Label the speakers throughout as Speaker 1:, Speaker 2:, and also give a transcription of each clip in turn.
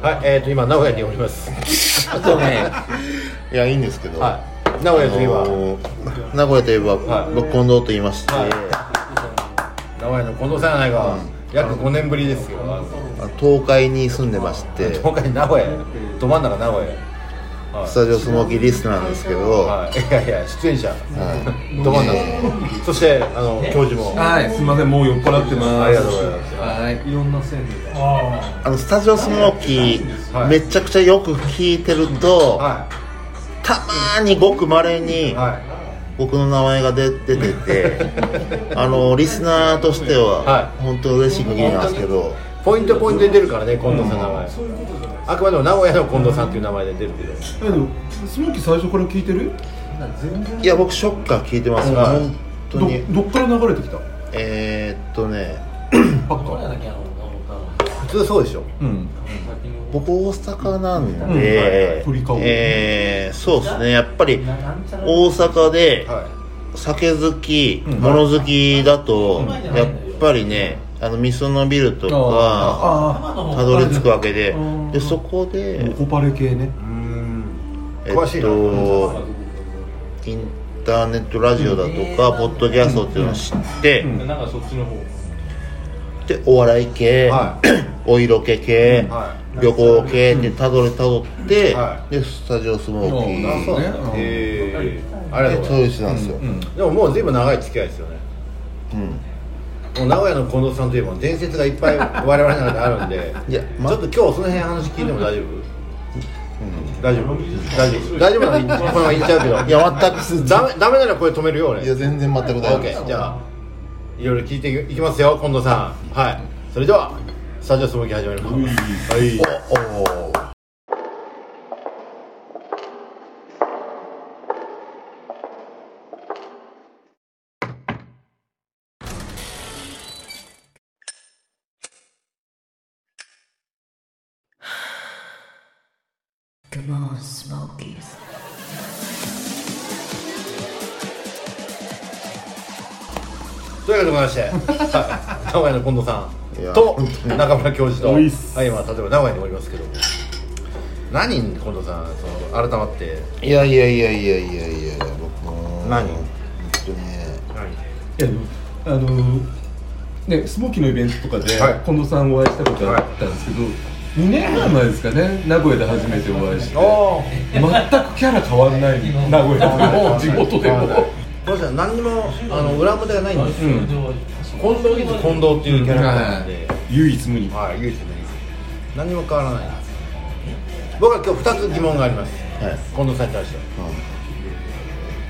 Speaker 1: はい、えっ、と、今名古屋におります。
Speaker 2: そうね
Speaker 3: いやいいんですけど、
Speaker 1: はい。名古屋といえば、
Speaker 3: あのー名古屋といえば、
Speaker 1: はい
Speaker 3: 僕近藤と言いまして、
Speaker 1: はい名古屋の近藤さんやないか、約5年ぶりですよ。
Speaker 3: あ東海に住んでまして
Speaker 1: 今回名古屋、ど真ん中名古屋。
Speaker 3: スタジオスモーキーリスナーなんですけど、
Speaker 1: はい、いやいや、出演者、
Speaker 3: はい
Speaker 1: ど真ん中。そして、あの、教授も。
Speaker 2: はいすみませんもう酔っ払ってます
Speaker 1: ありがとうございます
Speaker 2: はいいろんな線で
Speaker 3: あのスタジオスモーキー、
Speaker 1: はい
Speaker 3: めちゃくちゃよく聞いてると、
Speaker 1: は
Speaker 3: たまーにごくまれに
Speaker 1: い。は
Speaker 3: 僕の名前が出出てて あのリスナーとしては、
Speaker 1: はい
Speaker 3: 本当嬉しい限りなんですけど
Speaker 1: い。ポイントポイントで出るからね、近藤さんの名前。あくまでも名古屋の近藤さんっていう名前で出るけど。
Speaker 4: えでもスモーキー最初から聞いてる
Speaker 3: いや僕ショッカー聞いてます
Speaker 1: うん
Speaker 3: から本当
Speaker 4: ど
Speaker 3: に
Speaker 4: どっから流れてきた
Speaker 3: えー、っとね
Speaker 4: ばっか
Speaker 1: 普通そうでしょ
Speaker 2: うん
Speaker 3: 僕大阪なん
Speaker 4: う
Speaker 3: で
Speaker 4: ん、鳥籠
Speaker 3: えー、そうですねやっぱり大阪で
Speaker 1: はい。
Speaker 3: 酒好き、
Speaker 2: うん
Speaker 3: 物好きだと、
Speaker 5: うん
Speaker 3: やっぱりねあの味噌のビルとか
Speaker 4: あ
Speaker 3: たどり着くわけで
Speaker 4: うん
Speaker 3: でそこで、
Speaker 4: あコパレ系ね
Speaker 1: うーん。
Speaker 3: えっ
Speaker 1: 詳しいな。
Speaker 3: とインターネットラジオだとかポッドキャストっていうのを知って、
Speaker 2: うん
Speaker 5: なんかそっちの方
Speaker 3: でお笑い系、
Speaker 1: は
Speaker 3: お色気系、
Speaker 1: は
Speaker 3: 旅行系ってたどりたどって、
Speaker 1: は
Speaker 3: でスタジオスモーキ
Speaker 2: い
Speaker 3: ー
Speaker 1: あそうなんだ
Speaker 2: ね
Speaker 1: へーありがとう
Speaker 3: で
Speaker 1: ござい
Speaker 3: そう
Speaker 1: ま
Speaker 3: いう人なんですよ、
Speaker 2: うん
Speaker 1: すでももう随分長い付き合いですよね
Speaker 3: うん
Speaker 1: もう名古屋の近藤さんといえば伝説がいっぱい我々の中であるんで
Speaker 3: いやま
Speaker 1: ちょっと今日その辺話聞いても大丈夫、大丈夫大丈夫大丈夫なのこのまま言っちゃうけど
Speaker 3: いや全くす
Speaker 1: ダメダメならこれ止めるよ俺
Speaker 3: いや全然全く大丈夫です
Speaker 1: OK じゃあいろいろ聞いていきますよ近藤さんはいそれではスタジオスモーキー始まりますはい
Speaker 3: おお
Speaker 1: というわけでございまして、はい、名古屋の近藤さ
Speaker 3: いや
Speaker 1: んと中村教授と、
Speaker 4: お
Speaker 1: はいい、
Speaker 4: っす
Speaker 1: 今例えば名古屋におりますけども何近藤さんその改まって
Speaker 3: いやいやいやいやいやいや僕も
Speaker 1: 何
Speaker 3: 本当にね
Speaker 4: いやでもあのーねスモーキーのイベントとかで
Speaker 1: はい
Speaker 4: 近藤さんお会いしたことあったんですけど、2年半前ですかね名古屋で初めてお会いして
Speaker 1: あ
Speaker 4: 全くキャラ変わんない名古屋でも地元でも
Speaker 1: あこの人は何にもあの裏表がないんです
Speaker 4: う
Speaker 1: よ、
Speaker 4: ん
Speaker 1: 近藤義塾近藤っていうキャラクターなんで、
Speaker 4: 唯一無二
Speaker 1: はい唯一無二何にも変わらない僕は今日2つ疑問があります、
Speaker 3: はい
Speaker 1: 近藤さんに対して、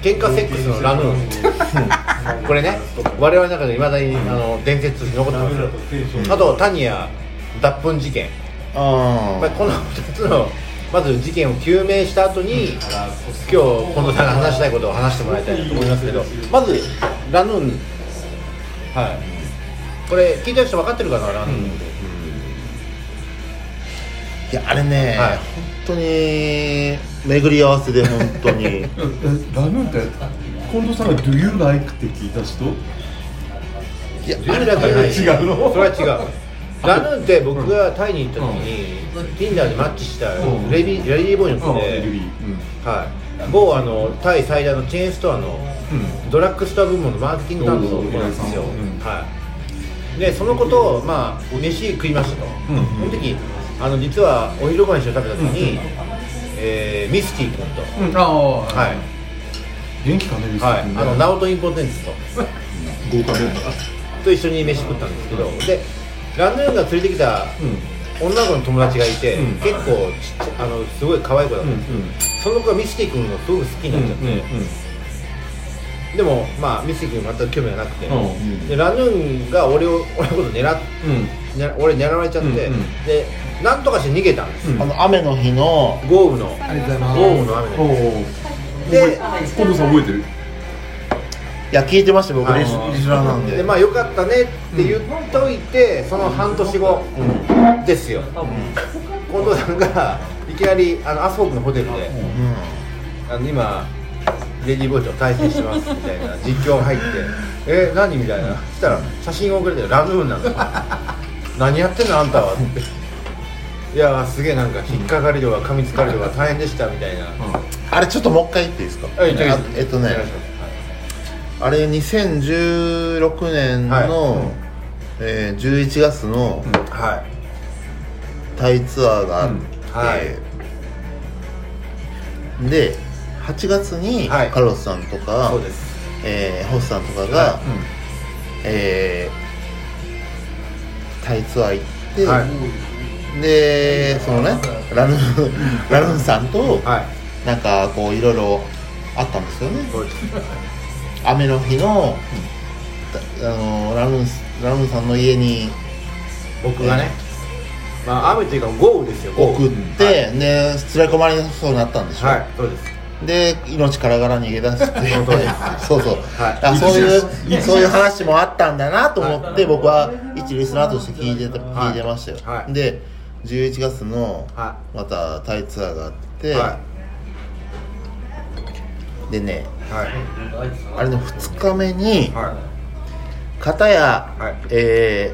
Speaker 1: 喧嘩セックスのラムーンこれね我々の中でいまだにあの伝説として残ってますよあとタニア脱粉事件
Speaker 3: あ
Speaker 1: まあ、この2つのまず事件を究明した後に今日近藤さんが話したいことを話してもらいたいと思いますけどまずラヌーンはいこれ聞いてる人分かってるかなラヌーンって、
Speaker 3: いやあれね、
Speaker 1: はい
Speaker 3: 本当に巡り合わせで本当 に
Speaker 4: えラムーンって近藤さんが「Do you like」って聞いた人
Speaker 3: いや
Speaker 1: あれだけない
Speaker 4: 違うの
Speaker 1: それは違 うラヌーンって僕がタイに行った時に、Tinder でマッチしたレディレディーボーイの子で、
Speaker 4: うん
Speaker 1: はい、某あのタイ最大のチェーンストアの、ドラッグストア部門のマーケティング担当の子なんですよ、
Speaker 4: うん
Speaker 1: はい、でその子と、まあ、飯食いましたと、その時あの実はお昼ご飯一緒に食べた時に、えーミスティ君と、
Speaker 4: うんああは
Speaker 1: はい
Speaker 4: 元気かねミス
Speaker 1: はい、
Speaker 4: 君ね
Speaker 1: あのナオトインポテンツと
Speaker 4: 豪華メンバー
Speaker 1: と一緒に飯食ったんですけどでランドゥーンが連れてきた女の子の友達がいて、
Speaker 4: うん
Speaker 1: 結構ちっちゃあのすごい可愛い子だったんです、その子がミスティ君をすごく好きになっちゃって、でもまあミスティ君全く興味がなくて、でラヌーンが俺を俺のこと狙っ狙俺狙われちゃって、
Speaker 4: うんうん
Speaker 1: でなんとかして逃げたんです、
Speaker 4: うん
Speaker 3: あの雨の日の
Speaker 1: 豪雨の
Speaker 4: ありがとうござい
Speaker 1: 豪雨の雨
Speaker 4: お
Speaker 1: の
Speaker 4: お
Speaker 1: で
Speaker 4: 近藤さん覚えてる
Speaker 3: いや聞いてました僕
Speaker 1: はい
Speaker 3: リスリスナーなんで
Speaker 1: でまあよかったねって言っといて、その半年後ですよ、近藤さんがいきなりあのアスフォークのホテルで、
Speaker 3: うん
Speaker 1: あの今レディーボーイと対戦してますみたいな実況入って 「え何?」みたいなそ したら写真を送れてラブーンなんだよ何やってんのあんたは」っていやーすげえなんか引っかかり量は噛みつかれ量は大変でしたみたいな、
Speaker 3: あれちょっともう一回言っていいですか
Speaker 1: はいじゃあ
Speaker 3: あえっとね
Speaker 1: お願いしますはい
Speaker 3: あれ2016年の、
Speaker 1: はい
Speaker 3: えー11月の
Speaker 1: はい
Speaker 3: タイツアーがあって、で8月に
Speaker 1: はい
Speaker 3: カロスさんとか、
Speaker 1: そうです
Speaker 3: えーホスさんとかが、
Speaker 1: は
Speaker 3: えータイツアー行って、
Speaker 1: はい
Speaker 3: でそのねラヌンラヌンさんと
Speaker 1: はい
Speaker 3: なんかこういろいろあったんですよね
Speaker 1: そうです
Speaker 3: 雨の日の,た、あのラヌンラヌンさんの家に
Speaker 1: 僕がね、まあ雨というか豪雨ですよ豪
Speaker 3: 送
Speaker 1: 雨
Speaker 3: って、で連れ込まれそうになったんでしょ、
Speaker 1: はいそうです
Speaker 3: で命からがら逃げ出すってい
Speaker 1: 本
Speaker 3: う
Speaker 1: 当です
Speaker 3: そうそう、
Speaker 1: はい
Speaker 3: あそう
Speaker 4: い
Speaker 3: い
Speaker 4: いう
Speaker 3: そういう話もあったんだなと思って僕は一リスナーとして聞いてた
Speaker 1: はい
Speaker 3: 聞いてましたよ、
Speaker 1: はい
Speaker 3: で11月の
Speaker 1: は
Speaker 3: またタイツアーがあっ
Speaker 1: い
Speaker 3: て、
Speaker 1: は
Speaker 3: でね
Speaker 1: いはい
Speaker 3: あれの2日目に
Speaker 1: は
Speaker 3: 片や、
Speaker 1: はい
Speaker 3: え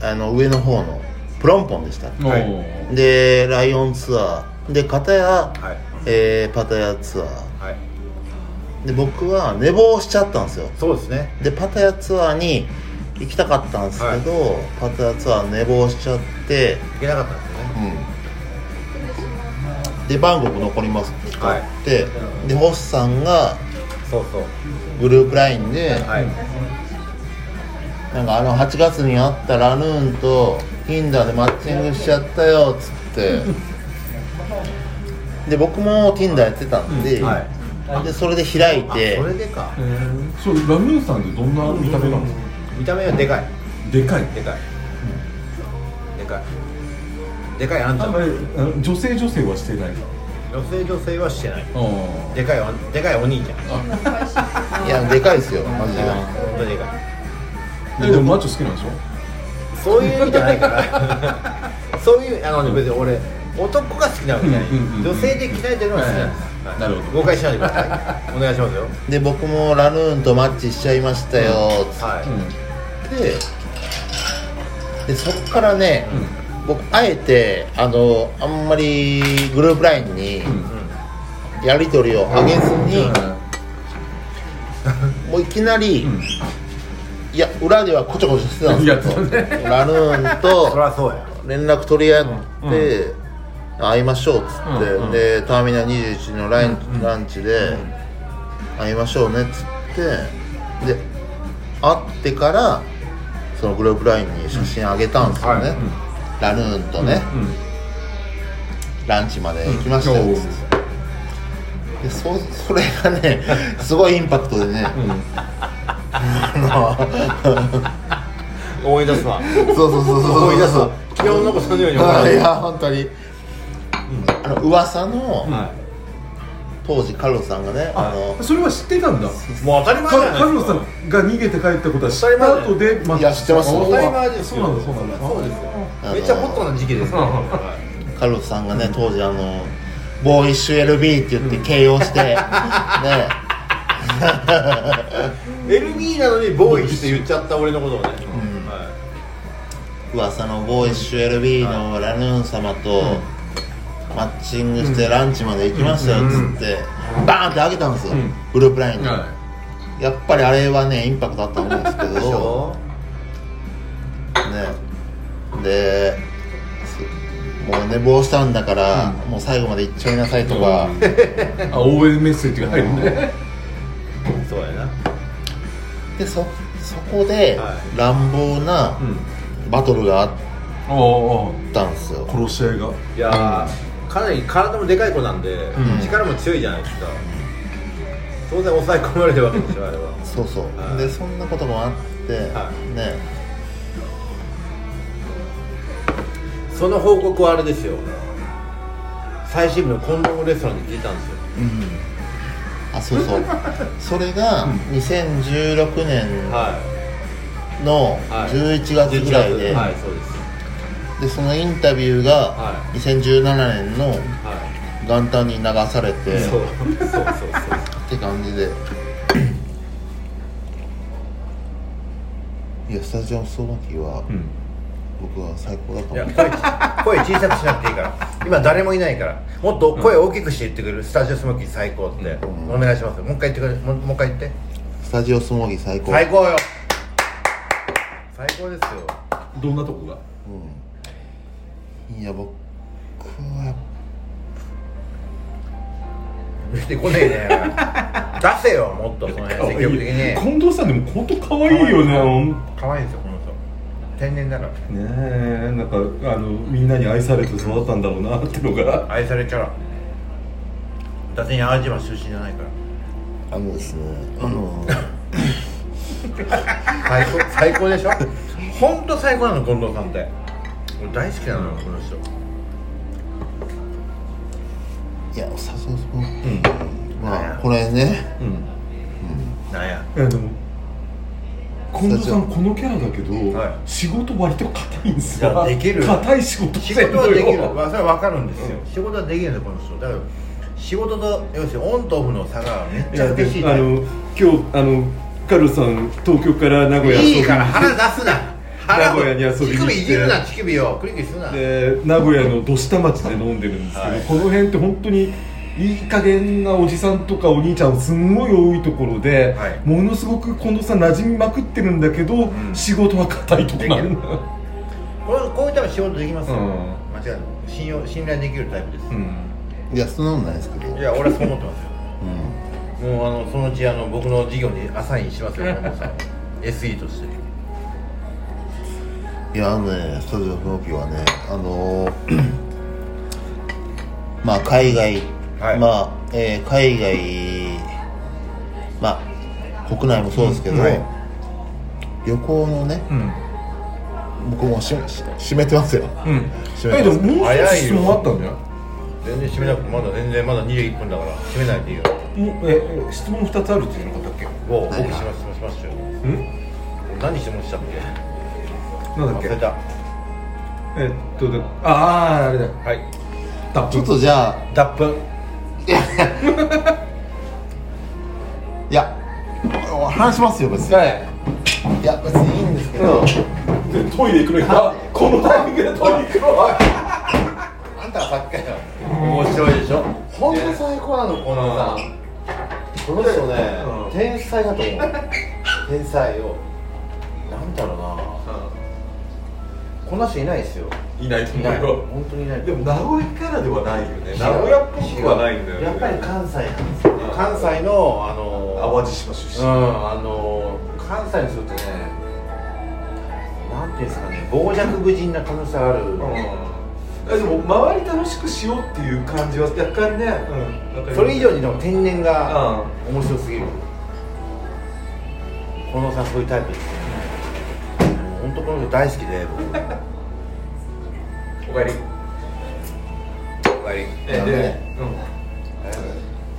Speaker 3: ーあの上の方のプロンポンでした
Speaker 4: お
Speaker 1: はい
Speaker 4: ー
Speaker 3: でライオンツアーで片や、
Speaker 1: いはい
Speaker 3: えーパタヤツア
Speaker 1: はい
Speaker 3: ーで僕は寝坊しちゃったんですよ
Speaker 1: そうですね
Speaker 3: でパタヤツアーに行きたかったんですけど、パタヤツアー寝坊しちゃって、
Speaker 1: いけなかったんですよね
Speaker 3: でバンコク残りますって言
Speaker 1: はい
Speaker 3: って、でホスさんが
Speaker 1: そうそう
Speaker 3: グループラインで、
Speaker 1: はい
Speaker 3: なんかあの8月にあったラヌーンと Tinder でマッチングしちゃったよっ つってで僕も Tinder やってたんで、
Speaker 1: うんは
Speaker 3: でそれで開い
Speaker 1: あ
Speaker 3: て
Speaker 1: それでか
Speaker 4: えーそうラムーンさんってどんな見た目なんですか
Speaker 1: 見た目はでかい
Speaker 4: でかい
Speaker 1: でかいでかいでかいあんちゃん
Speaker 4: あれあの女性女性はしてない
Speaker 1: 女性女性はしてない
Speaker 4: あー
Speaker 1: でかいわでかいお兄ちゃん
Speaker 3: いやでかいですよマジで
Speaker 4: あ
Speaker 1: 本当にでかい
Speaker 4: ーででもマッチョ好きなんでしょ
Speaker 1: そういう意味じゃないから そういうあのね別に俺男が好きなわけじゃない
Speaker 4: うんうんうんうん
Speaker 1: 女性で鍛えてるのが好きなんです、
Speaker 4: はい
Speaker 1: はい
Speaker 4: なるほど
Speaker 1: 誤解しないでくださいお願いしますよ
Speaker 3: で僕もラヌーンとマッチしちゃいましたよっつ
Speaker 1: はい、
Speaker 4: う
Speaker 3: って、でそっからね、僕あえてあのあんまりグループラインに
Speaker 4: んうん
Speaker 3: やり取りを上げずに、もういきなり、いや裏ではこちょこちょしてたんで すけど
Speaker 4: やったね
Speaker 3: ラヌー ン
Speaker 1: そり
Speaker 3: と
Speaker 1: ゃそうや
Speaker 3: 連絡取り合って、会いましょうっつって、
Speaker 4: うんうん
Speaker 3: でターミナル21のライン、ランチで、会いましょうねっつってで会ってからそのグループラインに写真あげたんですよね、
Speaker 1: うんはい
Speaker 3: ラヌーンとね、
Speaker 4: うん
Speaker 3: ランチまで行きましたよ、
Speaker 4: うん
Speaker 3: つってでそそれが ねすごいインパクトでね、
Speaker 1: 思い出すわ
Speaker 3: そうそうそうそう
Speaker 1: 思い出すわ昨日のことそのように思い
Speaker 3: あ
Speaker 1: 出
Speaker 3: い
Speaker 1: す
Speaker 3: や本当に、あの噂の、当時カルロさんがねあの
Speaker 4: あそれは知ってたんだ
Speaker 1: もう当たり前じゃ
Speaker 4: カ
Speaker 1: ない
Speaker 4: ル
Speaker 1: で
Speaker 4: ロ
Speaker 1: すか
Speaker 4: さんが逃げて帰ったことは知った後でま
Speaker 3: いや知ってますよ
Speaker 1: 当たり前です
Speaker 4: そ
Speaker 1: よ
Speaker 4: うなんだそうなんだ
Speaker 1: そうですよ
Speaker 3: あの
Speaker 1: めっちゃホットな時期ですね、
Speaker 4: うん
Speaker 1: はい
Speaker 3: カルロさんがね当時あのボーイッシュ LB って言って形容して、ね
Speaker 1: LB なのにボーイって言っちゃった俺のことをね、は
Speaker 3: 噂のボーイッシュ LB のラヌーン様と、マッチングしてランチまで行きましたよっつって、バーンってあげたんですよ、
Speaker 4: ん
Speaker 3: グループラインに、
Speaker 4: は
Speaker 3: やっぱりあれはねインパクトあったと思うんですけ
Speaker 1: い でし
Speaker 3: ど
Speaker 1: ょ
Speaker 3: ねですもう寝坊したんだから、もう最後まで行っちゃいなさいとか、
Speaker 4: うんいあ応援メッセージが入るね
Speaker 1: そうやな
Speaker 3: でそそこで
Speaker 1: は
Speaker 3: 乱暴なバトルがあっ
Speaker 4: ああ
Speaker 3: たんですよ、
Speaker 4: 殺し合いが
Speaker 1: いやーかなり体もでかい子なんで、
Speaker 4: ん
Speaker 1: 力も強いじゃないですか当然抑え込まれるわけでしょあれは
Speaker 3: そうそう、
Speaker 1: はい
Speaker 3: でそんなこともあって、
Speaker 1: は
Speaker 3: ね
Speaker 1: その報告はあれですよ最新部のコンドームレストランで聞いたんですよ
Speaker 3: あそう そうそれが2016年
Speaker 1: は
Speaker 3: の
Speaker 1: はい
Speaker 3: 11月
Speaker 1: い
Speaker 3: ぐらいで、
Speaker 1: はいそうです
Speaker 3: でそのインタビューが
Speaker 1: は
Speaker 3: 2017年の
Speaker 1: は
Speaker 3: 元旦に流されて
Speaker 1: い、そう
Speaker 3: っ
Speaker 1: そうそう
Speaker 3: て感じでいやスタジオのそばには
Speaker 4: うん
Speaker 3: 僕は最高だと
Speaker 1: い
Speaker 3: 思
Speaker 1: や
Speaker 3: う
Speaker 1: 声声小さくしなくていいから今誰もいないからもっと声大きくして言ってくれるスタジオスモーキー最高って、
Speaker 3: ん
Speaker 1: お願いしますもう一回言ってくれもうもう一回言って
Speaker 3: スタジオスモーギー最高
Speaker 1: 最高よ最高ですよ
Speaker 4: どんなとこが
Speaker 3: いや僕はやっ
Speaker 1: 出てこねえね出せよもっとその辺積極的に
Speaker 4: 近藤さんでも本当可愛いよねね
Speaker 1: 可愛いんですよこの人天然だから
Speaker 4: えなんかあのみんなに愛されて育ったんだろうなってのが
Speaker 1: 愛されキャラ伊達に淡路島出身じゃないから
Speaker 3: ぱあのですね あの
Speaker 1: 最高最高でしょ本当最高なの近藤さんって俺大好きなのよこの人
Speaker 3: いやスタジオスモーギ
Speaker 4: うん
Speaker 3: ーまあこれね
Speaker 4: うん
Speaker 1: なんや
Speaker 4: いやでも近藤さんこのキャラだけど、
Speaker 1: はい
Speaker 4: 仕事割と硬いんですよ
Speaker 1: いやできる
Speaker 4: 硬い仕事
Speaker 1: 仕
Speaker 4: してん
Speaker 1: 事は
Speaker 4: のよ
Speaker 1: できるまあそれは分かるんですよ、仕事はできるんですよこの人だから仕事と要するにオンとオフの差がめっ
Speaker 4: い
Speaker 1: ちゃ
Speaker 4: やで
Speaker 1: 激しい
Speaker 4: あの今日あのカルロさん東京から名古屋遊びに
Speaker 1: いいから腹出すな腹を
Speaker 4: 名古屋に遊びに行って
Speaker 1: 乳首いじるな乳首をクリクリするな
Speaker 4: で名古屋の土下町で飲んでるんですけど、
Speaker 1: はい
Speaker 4: この辺って本当にいい加減なおじさんとかお兄ちゃんすんごい多いところで、
Speaker 1: はい
Speaker 4: ものすごく近藤さん馴染みまくってるんだけど、
Speaker 1: ん
Speaker 4: 仕事は硬いとこなんだ
Speaker 1: これこういったら仕事できますよ、
Speaker 4: うん
Speaker 1: 間違いない信用信頼できるタイプです、
Speaker 4: うん
Speaker 3: いやそんなことないですけど
Speaker 1: いや俺はそう思ってますよ
Speaker 3: うん
Speaker 1: もうあのそのうちあの僕の事業にアサインしますよ 山本さんを SE として
Speaker 3: いやあのねスタジオの時はねあのー まあ海外、
Speaker 1: はい
Speaker 3: まあ、えー海外まあ国内もそうですけど、
Speaker 1: うんはい
Speaker 3: 旅行のね
Speaker 4: うん
Speaker 3: 僕もしし閉めてますよ
Speaker 4: うん
Speaker 3: 閉
Speaker 4: えで
Speaker 3: めて
Speaker 4: も
Speaker 3: ます
Speaker 4: もう少し質問あったんだよ
Speaker 1: 全然閉めなくてまだ全然まだ21分だから閉めないでいいよ
Speaker 4: もうええ質問二つあるって言うのかったっけ
Speaker 1: おう僕しますしますしましたよ
Speaker 4: うん
Speaker 1: 何質問したっけ
Speaker 4: なんだ
Speaker 1: 忘
Speaker 4: っけ
Speaker 1: れた
Speaker 4: えっとだあああれだ
Speaker 1: はい
Speaker 4: タッ
Speaker 3: ちょ
Speaker 4: プ
Speaker 3: っとじゃあ
Speaker 1: 脱粉
Speaker 3: いやお話しますよ別に、い、や別にいいんですけど、
Speaker 4: でトイレ行くのかこのタイミングでトイレ行くの
Speaker 1: あんたはさっきから面白いでしょ本当最高なのこのさこの人ね
Speaker 4: うん
Speaker 1: 天才だと思う天才をなんだろうなこんな人いないですよ
Speaker 4: いないと
Speaker 1: いない本当にいない
Speaker 4: でも名古屋からではないよね
Speaker 1: 違う
Speaker 4: 名古屋っぽくはないんだよね
Speaker 1: 違うやっぱり関西なんですよ関西のあの
Speaker 4: 淡路島出
Speaker 1: う
Speaker 4: 身、
Speaker 1: んあの関西の人ってねなんていうんですかね傍若無人な楽しさがある、
Speaker 4: えでも周り楽しくしようっていう感じは若干ね、うん
Speaker 1: それ以上にでも天然が
Speaker 4: うん
Speaker 1: 面白すぎるこのさんそういうタイプですね本当この人大好きで
Speaker 4: おかえり
Speaker 1: 僕おかえ
Speaker 4: え
Speaker 3: だね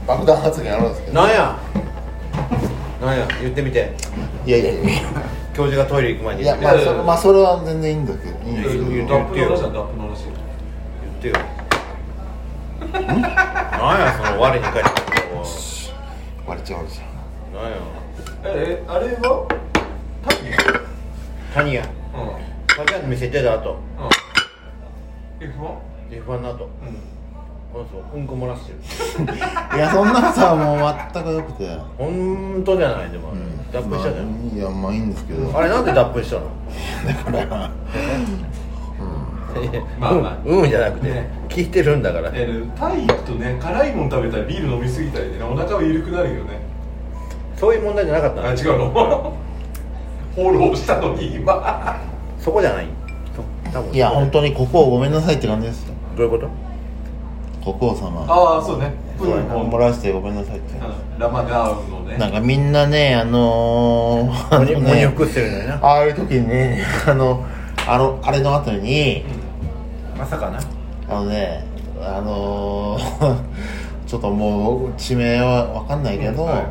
Speaker 3: 爆弾発言あるんですけ
Speaker 1: り
Speaker 3: ど
Speaker 1: なんやなんや言ってみて
Speaker 3: いやいやいや
Speaker 1: 教授がトイレ行く前に
Speaker 3: い
Speaker 1: 言っ
Speaker 3: や
Speaker 1: てみ
Speaker 3: ま
Speaker 1: て
Speaker 3: あそ,、まあ、それは全然いいんだけどいいんですけど
Speaker 1: いやいやいや
Speaker 4: ダップの話だダップの話
Speaker 1: 言ってよなんやその我に返って
Speaker 3: 割れちゃうじゃ
Speaker 1: な
Speaker 3: ん
Speaker 1: んや
Speaker 4: えあれはタイミン
Speaker 1: 谷や
Speaker 4: うん
Speaker 1: 谷屋の店行ってた後
Speaker 4: うん F1?
Speaker 1: F1 の後この人うんこ漏らしてる
Speaker 3: いやそんなことはもう全くよくて
Speaker 1: 本当じゃないでもあれ脱粉したじゃん
Speaker 3: いやまあいいんですけど、
Speaker 1: あれなんで脱粉したの
Speaker 3: だから
Speaker 4: まあまあ
Speaker 1: うんうんじゃなくて
Speaker 4: ね
Speaker 1: 聞いてるんだから
Speaker 4: えータイ行くとね辛いもの食べたりビール飲みすぎたりでねお腹は緩くなるよね
Speaker 1: そういう問題じゃなかった
Speaker 4: あ
Speaker 1: の
Speaker 4: 違うの フォローしたのに今
Speaker 1: そこじゃないそ多分
Speaker 3: いや本当にここをごめんなさいって感じですよ
Speaker 1: どういうこと
Speaker 3: 国王様
Speaker 4: ああそうねプール
Speaker 3: 漏らしてごめんなさいって
Speaker 4: ラマガールのね
Speaker 3: なんかみんなねあの ー、あの
Speaker 1: モニモニ
Speaker 3: ね
Speaker 1: ョクしてるんだよな
Speaker 3: ああいう時にねあのあのあれの後に
Speaker 1: まさかな
Speaker 3: あのねあの ー、ちょっともう地名はわかんないけど、
Speaker 4: うんはい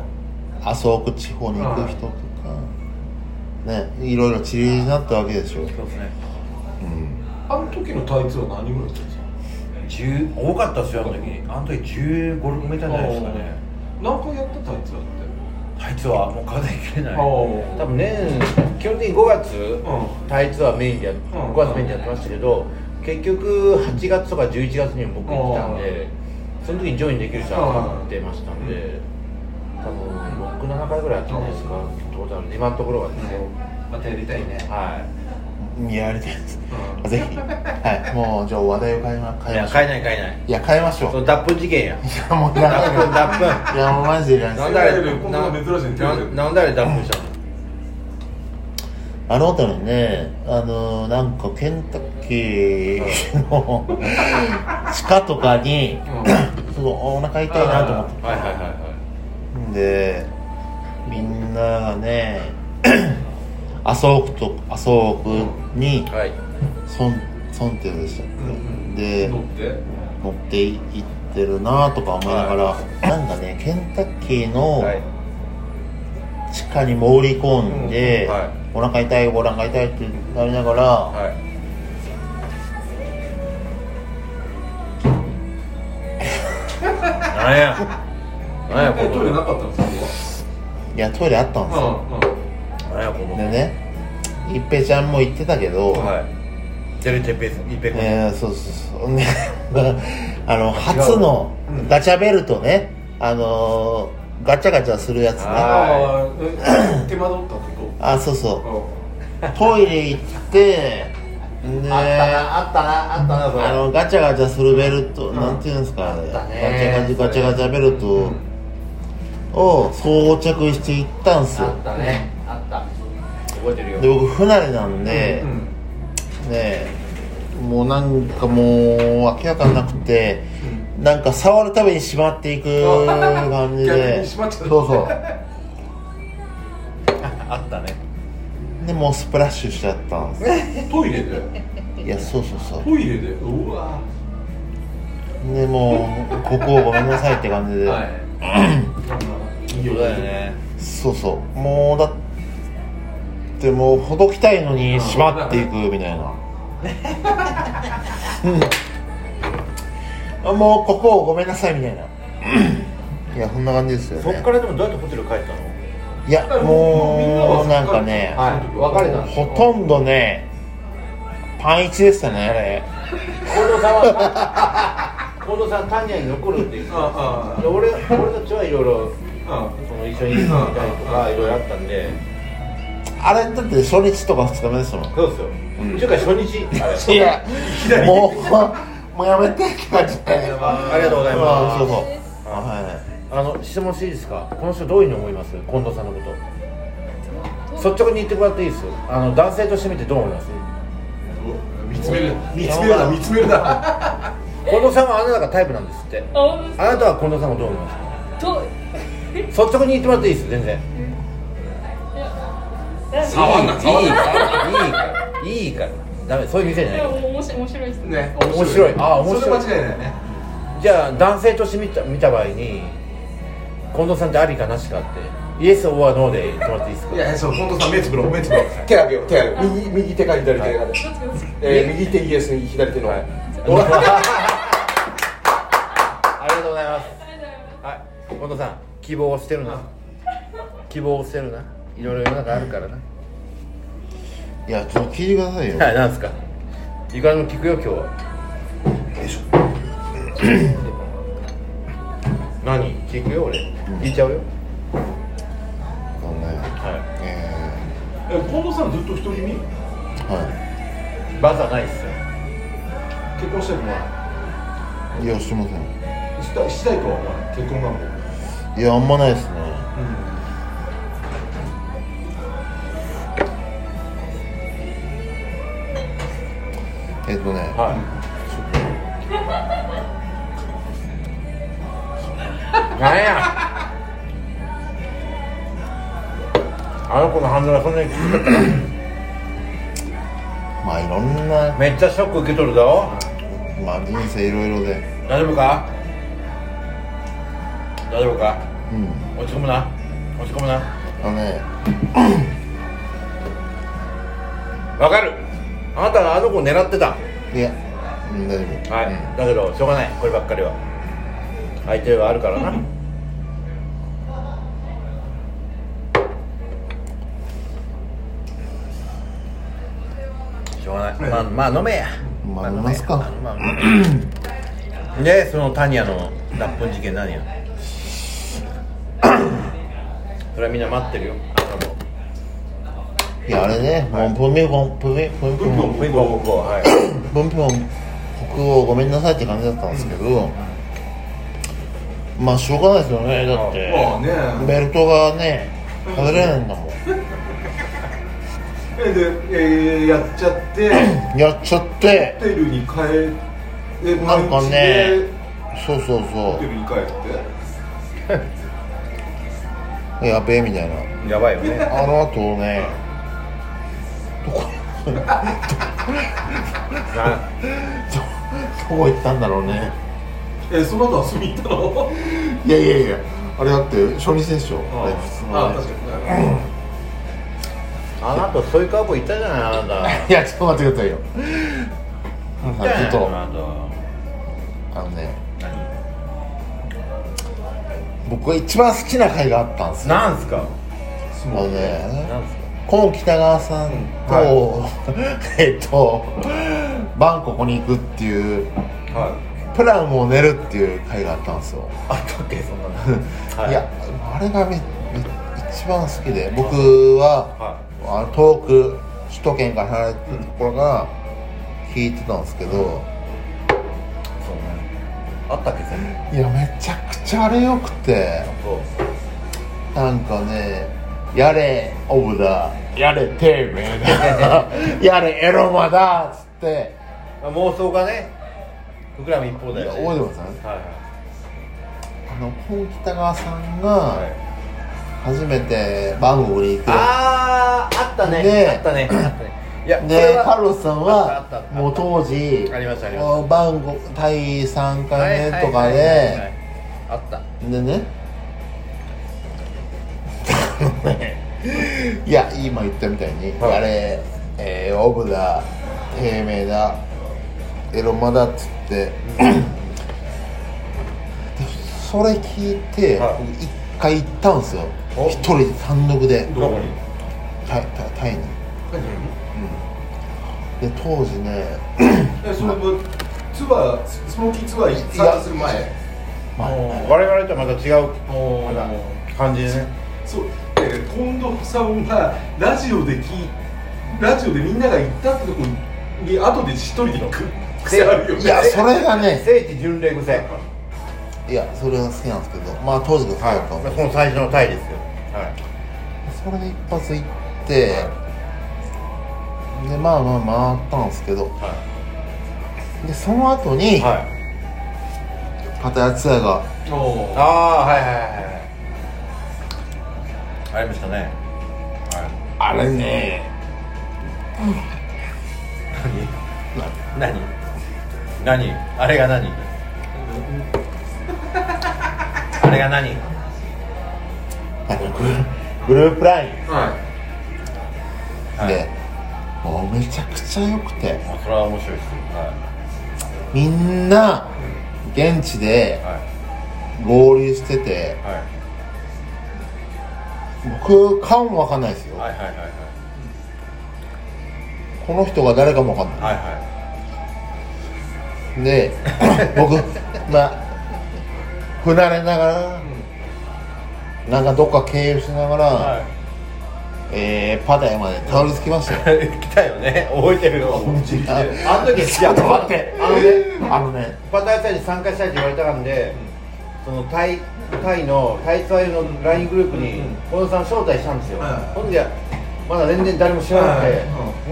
Speaker 3: 麻生区地方に行く人とか、ねいろいろ散りになったわけでし
Speaker 1: そ
Speaker 3: ょ、
Speaker 1: うですね
Speaker 3: うん、
Speaker 4: あの時のタイツは何ぐらいだったんですか
Speaker 1: 10多かったっすよあの時あの時1 5 6メーターじゃないですかね
Speaker 4: 何回やったタイツだって
Speaker 1: タタイツはもう数えきれない
Speaker 4: お
Speaker 1: 多分年基本的に5月、
Speaker 4: ん
Speaker 1: タイツはメインでやっ5月メインでやってましたけど、結局8月とか11月に僕来たんでその時にジョインできる人は買ってましたんで多分67回ぐらいやったんじゃないですかトータルで今のところはですよ、
Speaker 4: またやりたいね
Speaker 1: はい
Speaker 3: 見られてるんです、ぜひはいもうじゃあ話題を変えま変
Speaker 1: い
Speaker 3: え
Speaker 1: や
Speaker 3: ましょう
Speaker 1: 買えない買えない
Speaker 3: いや変えましょ
Speaker 1: そうの脱粉事件や
Speaker 3: いや もういら
Speaker 1: 脱粉
Speaker 3: ない
Speaker 1: 脱粉
Speaker 3: いやもうマジでいらない
Speaker 1: なん
Speaker 3: で
Speaker 1: であれ
Speaker 4: こんなの珍しいね
Speaker 1: ななんであれ脱粉したの
Speaker 3: すあのたりねあのなんかケンタッキ ーの地下とかにすごいお腹痛いなと思って
Speaker 1: はいはいはいはい
Speaker 3: でみんながね麻生区と麻生区に
Speaker 1: はい
Speaker 3: 孫孫っていうんでしたっけ、で
Speaker 6: 乗って
Speaker 3: 持っていってるなとか思いながら、なんかねケンタッキーの
Speaker 1: はい
Speaker 3: 地下に潜り込んで、
Speaker 1: うんはい
Speaker 3: お腹痛いお腹痛いってなりながら、
Speaker 1: はい
Speaker 3: なんや
Speaker 1: 何やこ
Speaker 4: えトイ
Speaker 1: の
Speaker 4: レなかったのそこ
Speaker 3: いやトイレあったんですよ、
Speaker 4: は
Speaker 1: 何やこの
Speaker 3: でね一平ちゃんも言ってたけど、
Speaker 1: はい。デルテペス、イペコ。
Speaker 3: えー、そうそうそうね あの初のガチャベルトね、あのーガチャガチャするやつね
Speaker 1: あ
Speaker 3: あ
Speaker 4: ああえ手間取ったってこ
Speaker 3: そうそ
Speaker 4: と
Speaker 3: うトイレ行ってね
Speaker 1: あったな、あったな、あったな、それ。
Speaker 3: あのガチャガチャするベルト、なんていうんですか、ね、
Speaker 1: あったね
Speaker 3: ガチャガチャガチャガチャベルトを装着していったんですよ
Speaker 1: あったね、あった。覚えてるよ。
Speaker 3: で僕不慣れなんで、
Speaker 4: うん
Speaker 3: ねもうなんかもう明らかになくて、なんか触るたびにしまっていく感じ
Speaker 4: 逆
Speaker 3: で
Speaker 4: にしまっちゃった
Speaker 3: そうそう
Speaker 1: あったね。
Speaker 3: でもうスプラッシュしちゃったんです
Speaker 4: トイレで
Speaker 3: いやそうそうそ
Speaker 4: トイレでうわ
Speaker 3: うでもうここをごめんなさいって感じで、
Speaker 4: はいいいよ
Speaker 1: そうだよね。
Speaker 3: そうそうもうだってもうほどきたいのにしまっていくみたいな、うん、あもうここをごめんなさいみたいな、いやそんな感じですよね
Speaker 1: そっからでもどうやってホテル帰ったの
Speaker 3: いやもうなんかね、
Speaker 1: はい。別れたの。
Speaker 3: ほとんどねパンイチでしたねあれ
Speaker 1: 近藤さんは、近藤さん、タニアに残るっていう。
Speaker 4: あ
Speaker 1: で俺、俺たちはいろいろ、
Speaker 4: ああ
Speaker 1: その一緒に行ったりとか、いろいろあったんで。
Speaker 3: あれだって初日とか2日目ですもん
Speaker 1: そうですよ。っていうか、初日。あれ
Speaker 3: いやもうもうやめてって感じ で
Speaker 1: あありがとうござい
Speaker 3: あそう
Speaker 1: ま
Speaker 3: そうは
Speaker 1: す。あの、質問していいですか。この人どういうふうに思います。近藤さんのこと。率直に言ってもらっていいですよ。あの、男性としてみて、どう思います。
Speaker 4: 見つめる見つめるな見つめるな
Speaker 1: 近藤さんはあなたがタイプなんですって
Speaker 7: あ
Speaker 1: あなたは近藤さんをどう思います
Speaker 7: と
Speaker 1: か率直に言ってもらっていいです全然
Speaker 4: 触んない
Speaker 1: い
Speaker 4: 触ん
Speaker 1: い
Speaker 4: な
Speaker 1: からいいからいいからダメそういう店じゃ
Speaker 7: い
Speaker 1: ないか
Speaker 7: やもう面白い面白いですね
Speaker 4: ね
Speaker 1: 面白いあ面白い
Speaker 4: それ間違いないね
Speaker 1: らじゃあ男性として見た見た場合に近藤さんってありかなしかってイエスオアノーで言ってもらっていいですか
Speaker 4: いやそう本当さん目つぶろう目つぶろう手上げよう手上げよう右右手か左手かで、
Speaker 7: どっちかどっちか
Speaker 4: えー、右手イエス右左手の、はい、
Speaker 1: ありがとうございます
Speaker 7: ありがとうございます
Speaker 1: はい近藤さん希望を捨てるな希望を捨てるないろいろ世の中あるからない
Speaker 3: いやちょっと聞いてくださいよ
Speaker 1: はい、なんですか。いかにも聞くよ、今日は。何、聞くよ、俺。聞いちゃうよ。
Speaker 3: そうね
Speaker 1: は。
Speaker 3: え
Speaker 4: え近藤さんずっと独り身
Speaker 3: ーはい
Speaker 1: バザないっすよ。
Speaker 4: 結婚したいとはい
Speaker 3: いやしてませ
Speaker 4: したしたいとは思わない結婚願望
Speaker 3: んいやあんまないですねえっとね
Speaker 1: はい。なんや。あの子の反応がそんなにきつかったな
Speaker 3: まあいろんな
Speaker 1: めっちゃショック受け取るぞ。
Speaker 3: まあ人生いろいろで
Speaker 1: 大丈夫か。大丈夫か。
Speaker 3: うん
Speaker 1: 落ち込むな。落ち込むな。
Speaker 3: あのね
Speaker 1: わかるあなたがあの子を狙ってたはい
Speaker 3: やうん大丈夫、
Speaker 1: だけどしょうがないこればっかりは相手はあるからなょうがないまあまあ飲めや
Speaker 3: まあ飲みますか
Speaker 1: まあでそのタニアの脱粉事件 何やそれはみんな待ってるよあなたも
Speaker 3: いやあれね、もうプンピョンプンピョンプンピョン
Speaker 2: もう僕は僕ははい
Speaker 3: ボンピョン北欧ごめんなさいって感じだったんですけど、まあしょうがないですよねだって、
Speaker 4: まあね
Speaker 3: ベルトがね外れないんだもん
Speaker 4: えで、えー、やっちゃ って
Speaker 3: やっちゃって
Speaker 4: ホテルに帰って
Speaker 3: なんかねそうそう
Speaker 4: ホ
Speaker 3: そ
Speaker 4: テルに帰って
Speaker 3: うやべえみたいな
Speaker 1: やばいよ ね
Speaker 3: あの後ね どこどこ行ったんだろうね
Speaker 4: えその後遊びに行ったの
Speaker 3: いやいやいやあれだって初日でしょあれ普通の
Speaker 4: あ
Speaker 3: ね
Speaker 4: 確かに
Speaker 1: あなたそういうカーボーいたじゃないあなた
Speaker 3: いやちょっと待ってくださいよなんかちょっと
Speaker 1: あな
Speaker 3: あのね僕が一番好きな回があったんです
Speaker 1: た
Speaker 3: よあ
Speaker 1: なんすか
Speaker 3: のね
Speaker 1: なんすか
Speaker 3: コン北川さんと、 えっとバンコクに行くっていう
Speaker 4: は
Speaker 3: プランを練るっていう回があったんですよ、
Speaker 1: あったっけそんなのはい
Speaker 3: い、やあれがめめ一番好きで僕は、
Speaker 1: は
Speaker 3: あの遠く首都圏から離れてるところが聞いてたんですけど、
Speaker 1: そうねあったっけそんない
Speaker 3: やめちゃくちゃあれよくて
Speaker 1: そう
Speaker 3: なんかね、やれオブだ、やれてめえだ、 やれエロマだっつって、
Speaker 1: まあ妄想がね膨らむ一方
Speaker 3: い
Speaker 1: だ
Speaker 3: や
Speaker 1: よ
Speaker 3: 覚
Speaker 1: ね
Speaker 3: えてますね、
Speaker 1: はいはい
Speaker 3: あの本北川さんが初めてバンコクに行っ
Speaker 1: あーあったね
Speaker 3: ね
Speaker 1: あったねあったねいや
Speaker 3: て、
Speaker 1: これ
Speaker 3: で、
Speaker 1: は
Speaker 3: カルロスさん
Speaker 1: あったあっ
Speaker 3: は
Speaker 1: た
Speaker 3: もう当時、
Speaker 1: ありましたありま
Speaker 3: こうバンコク、タイ3
Speaker 1: はい
Speaker 3: 回目とか
Speaker 1: はいはいはいはい
Speaker 3: で、
Speaker 1: あった
Speaker 3: でね、 あのねいや、今言ったみたいに、
Speaker 1: はい
Speaker 3: あれ、えーオブだ、低迷だ、エロマだっつって、でそれ聞いて、
Speaker 1: はい
Speaker 3: 僕一回行ったんですよ、
Speaker 1: お
Speaker 3: 一人で単独で、
Speaker 4: いどこに
Speaker 3: タイタイタイに。で、当時ね、
Speaker 4: えそのツアースモーキーツアー参加する前
Speaker 3: まあ
Speaker 8: 我々とはまた違う
Speaker 4: お
Speaker 8: まだ感じでね
Speaker 4: そう、えー近藤さんがラジオで聞いラジオでみんなが行ったってとこに後で一人で行く癖あるよ
Speaker 3: いや、
Speaker 4: ね
Speaker 3: それがね、
Speaker 8: 聖地巡礼癖
Speaker 3: いや、それが好きなんですけど、まあ当時が好きだったんですけ
Speaker 8: こ
Speaker 3: ど
Speaker 8: の最初のタイですよはい
Speaker 3: それで一発行って、でまあまあ回ったんですけど、でその後に、
Speaker 8: はい
Speaker 3: またやつやが
Speaker 8: あ
Speaker 4: おお
Speaker 8: あはいはいはいはい
Speaker 1: ありましたね
Speaker 3: あれね
Speaker 1: 何何あれが何あれが何
Speaker 3: あのグルグループラインで、
Speaker 4: はい
Speaker 3: もうめちゃくちゃ良くて
Speaker 1: まあそれは面白いですよは
Speaker 3: みんな現地で
Speaker 1: いは
Speaker 3: 合流してて
Speaker 1: いはい
Speaker 3: 僕顔も分かんないですよ、
Speaker 1: はいはいはい
Speaker 3: この人が誰かも分かん
Speaker 1: は
Speaker 3: ない、
Speaker 1: いは
Speaker 3: で僕まあ不慣れながらなんかどっか経由しながら、えーパタヤまでたどり着きましたよ
Speaker 1: いはい 来たよね覚えてるよ
Speaker 8: あの時
Speaker 3: ちょっと待って
Speaker 8: あのね
Speaker 3: あのね
Speaker 8: パタヤタイに参加したいって言われたんで、そのタイタイのタイツアイの LINE グループに近藤さん招待したんですよ、
Speaker 4: はい
Speaker 8: ほんでまだ全然誰も知らなくて、
Speaker 4: は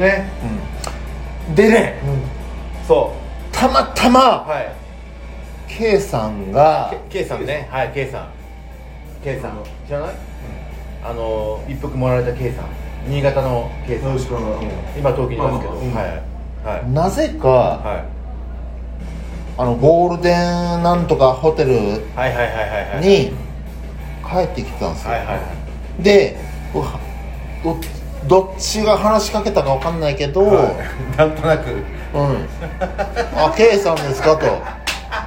Speaker 8: ね
Speaker 3: でね
Speaker 8: そ
Speaker 3: たまた
Speaker 8: う
Speaker 3: ま
Speaker 8: はい
Speaker 3: K さんが
Speaker 8: ケイさんねはい K さん K さん知らない、あの一服もられた K さん新潟の K さん、
Speaker 4: よろしくお願いし
Speaker 8: 今東京にいますけど、
Speaker 4: まあまあ
Speaker 8: はいはい
Speaker 3: なぜか
Speaker 8: はい
Speaker 3: あのゴールデンなんとかホテル
Speaker 8: はいはいはいはいはい
Speaker 3: に帰ってきたんですよ
Speaker 8: はいはいはい
Speaker 3: でうわどどっちが話しかけたかわかんないけど、
Speaker 1: なんとなく
Speaker 3: うんあ K さんですかと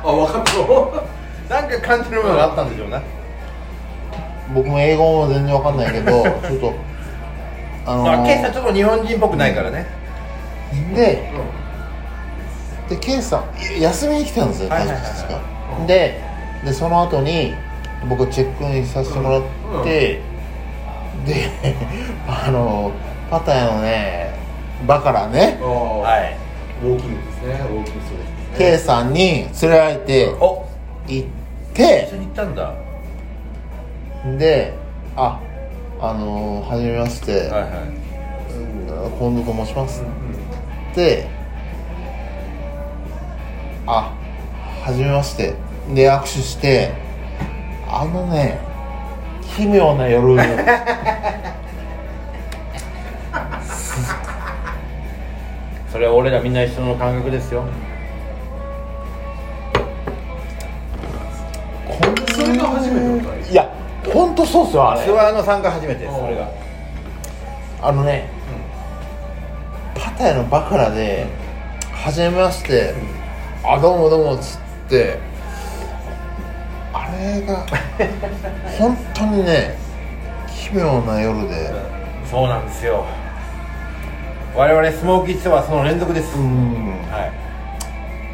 Speaker 4: あ分かったぞ
Speaker 1: なんか感じるものがあったんでしょうな
Speaker 3: 僕も英語も全然わかんないけどちょっとあの
Speaker 1: まあ
Speaker 3: ー
Speaker 1: ケイさんちょっと日本人っぽくないからね
Speaker 3: で、でケンさんい休みに来てたんですよ
Speaker 2: はい
Speaker 3: 確
Speaker 2: はいはい
Speaker 3: か、ででその後に僕チェックインさせてもらって、で あのパタヤのねバからね
Speaker 4: ああ、
Speaker 1: はい
Speaker 4: ウォーキングですねウォーキングそうですね
Speaker 3: ケイさんに連れられて
Speaker 1: お
Speaker 3: 行っ
Speaker 1: 一緒
Speaker 3: て
Speaker 1: に行ったんだは
Speaker 3: でああの初めまして、
Speaker 1: いはい
Speaker 3: うん近藤と申しますって、あはじめましてで握手してあのね奇妙な夜
Speaker 1: それは俺らみんな一緒の感覚ですよ
Speaker 3: こん
Speaker 4: それが初めての会
Speaker 3: いや本当そうっすよあれ
Speaker 1: ツアーの参加初めてですそれが
Speaker 3: あのね、パタヤのバカラで初めまして、あどうもどうもっつってあれが本当にね奇妙な夜で、
Speaker 1: そうなんですよ我々スモーキーツアーその連続です、
Speaker 3: うん
Speaker 1: は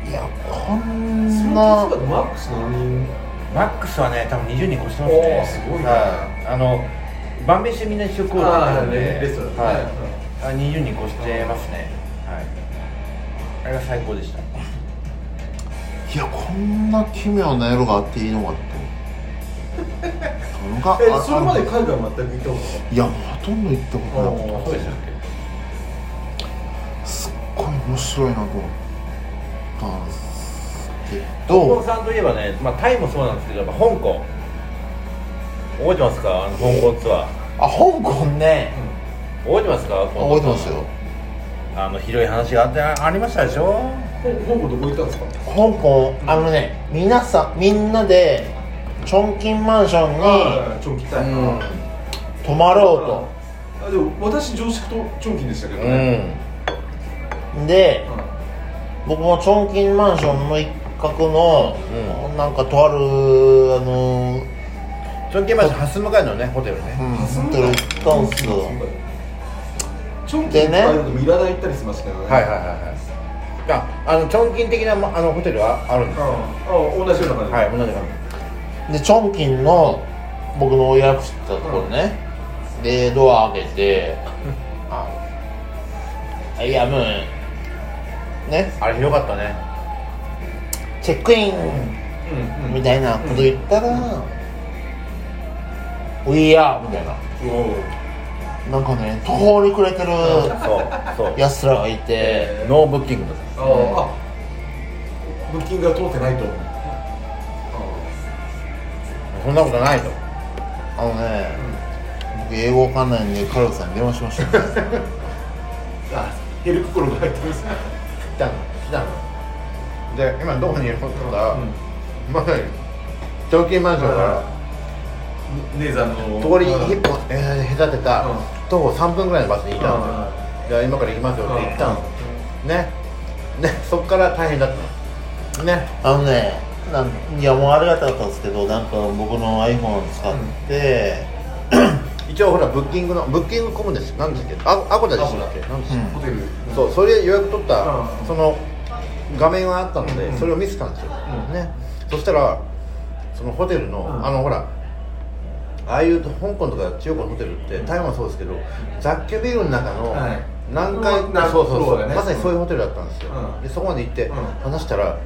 Speaker 1: い
Speaker 3: や
Speaker 4: そ
Speaker 3: こんな
Speaker 4: の時はマックス何人
Speaker 1: いマックスはね多分20人越してます
Speaker 4: おー
Speaker 1: ね
Speaker 4: すごいね
Speaker 1: はいあの晩飯みんな一緒行動な
Speaker 4: ああ
Speaker 1: んで、
Speaker 4: ねレストランね
Speaker 1: はい、あ20人越してますねはいあれが最高でした
Speaker 3: いやこんな奇妙な夜があっていいのかとなん か
Speaker 4: え
Speaker 3: あ
Speaker 4: それまで
Speaker 3: あ
Speaker 4: 海外は全く行ったこと
Speaker 3: いやほとんど行ったことなくて
Speaker 4: あ
Speaker 1: そうでしたっ
Speaker 3: すっごい面白いなと思ったんですけ
Speaker 1: け近藤
Speaker 3: ど
Speaker 1: さんといえばね、まあ、タイもそうなんですけどやっぱ香港覚えてますかあの香港ツアー
Speaker 3: あ香港ね
Speaker 1: 覚えてますか近藤さん
Speaker 3: 覚えてますよ
Speaker 1: あのひどい話があってあありましたでしょ
Speaker 4: ないほぼどこ行ったんですか
Speaker 3: 香港あのね皆さんみんなでチョンキンマンションに
Speaker 4: ああチョンキタイ
Speaker 3: うん泊まろ
Speaker 4: あでも私常識とチョンキンでしたけど
Speaker 1: う
Speaker 4: ね
Speaker 1: ん
Speaker 3: うとで
Speaker 4: うん
Speaker 3: 僕もチョンキンマンションの一角の、
Speaker 1: う
Speaker 3: なんかとあるあの
Speaker 1: チョンキンマンション蓮向かいのねホテルね
Speaker 3: ホテル行ったんすよ
Speaker 4: チョンキンとかいうのもいらない行ったりしましたけどね
Speaker 1: はいはいはいはいああのチョンキン的なまあのホテルはあるんですよ
Speaker 4: うんあ同じような感じ
Speaker 1: はい同じ感
Speaker 3: でチョンキンの僕の予約してたところね、でドア開けてあいやもうね
Speaker 1: じあれひどかったね
Speaker 3: チェックイン
Speaker 4: うんうん
Speaker 3: みたいなこと言ったら「ウィーアー」みたいな
Speaker 4: おう
Speaker 3: なんかね途方に暮れてる
Speaker 1: そうそう
Speaker 3: やつらがいて
Speaker 1: ノーブッキングだ
Speaker 4: あああブッキングが通ってないと
Speaker 1: そんなことないと
Speaker 3: あのね僕英語わかんないんでカルロさんに電話しました、ね、
Speaker 4: あヘルクコロが入ってます
Speaker 1: 来たの来たので今どこにいるのって言ったらまさにチョンキンマンションから
Speaker 4: 姉さんの
Speaker 1: 通り
Speaker 4: うん
Speaker 1: 一本えー隔てた
Speaker 4: うん
Speaker 1: 徒歩3分ぐらいの場所にいたんですよ
Speaker 4: うん
Speaker 1: じゃあ今から行きますよって言ったのねねそっから大変だったのね
Speaker 3: あのねなんいやもうありがたかったんですけどなんか僕の iPhone 使って、
Speaker 1: 一応ほらブッキングのブッキングコムですなんですけどあアコダでしたっけなんです
Speaker 3: うん
Speaker 4: ホテル
Speaker 1: そうそれで予約取った
Speaker 4: うん
Speaker 1: その画面があったので
Speaker 4: うん
Speaker 1: それを見せたんですよ
Speaker 4: うん
Speaker 1: ねそしたらそのホテルの
Speaker 4: ん
Speaker 1: あのほらああいうと香港とか中国のホテルって台湾もそうですけど雑居ビルの中の
Speaker 4: はい
Speaker 1: 何階
Speaker 4: うんな
Speaker 1: そうそう
Speaker 4: そ
Speaker 1: そ
Speaker 4: うだ
Speaker 1: う
Speaker 4: ね
Speaker 1: まさにそういうホテルだったんですよ
Speaker 4: うん
Speaker 1: でそこまで行って
Speaker 4: うん
Speaker 1: 話したら「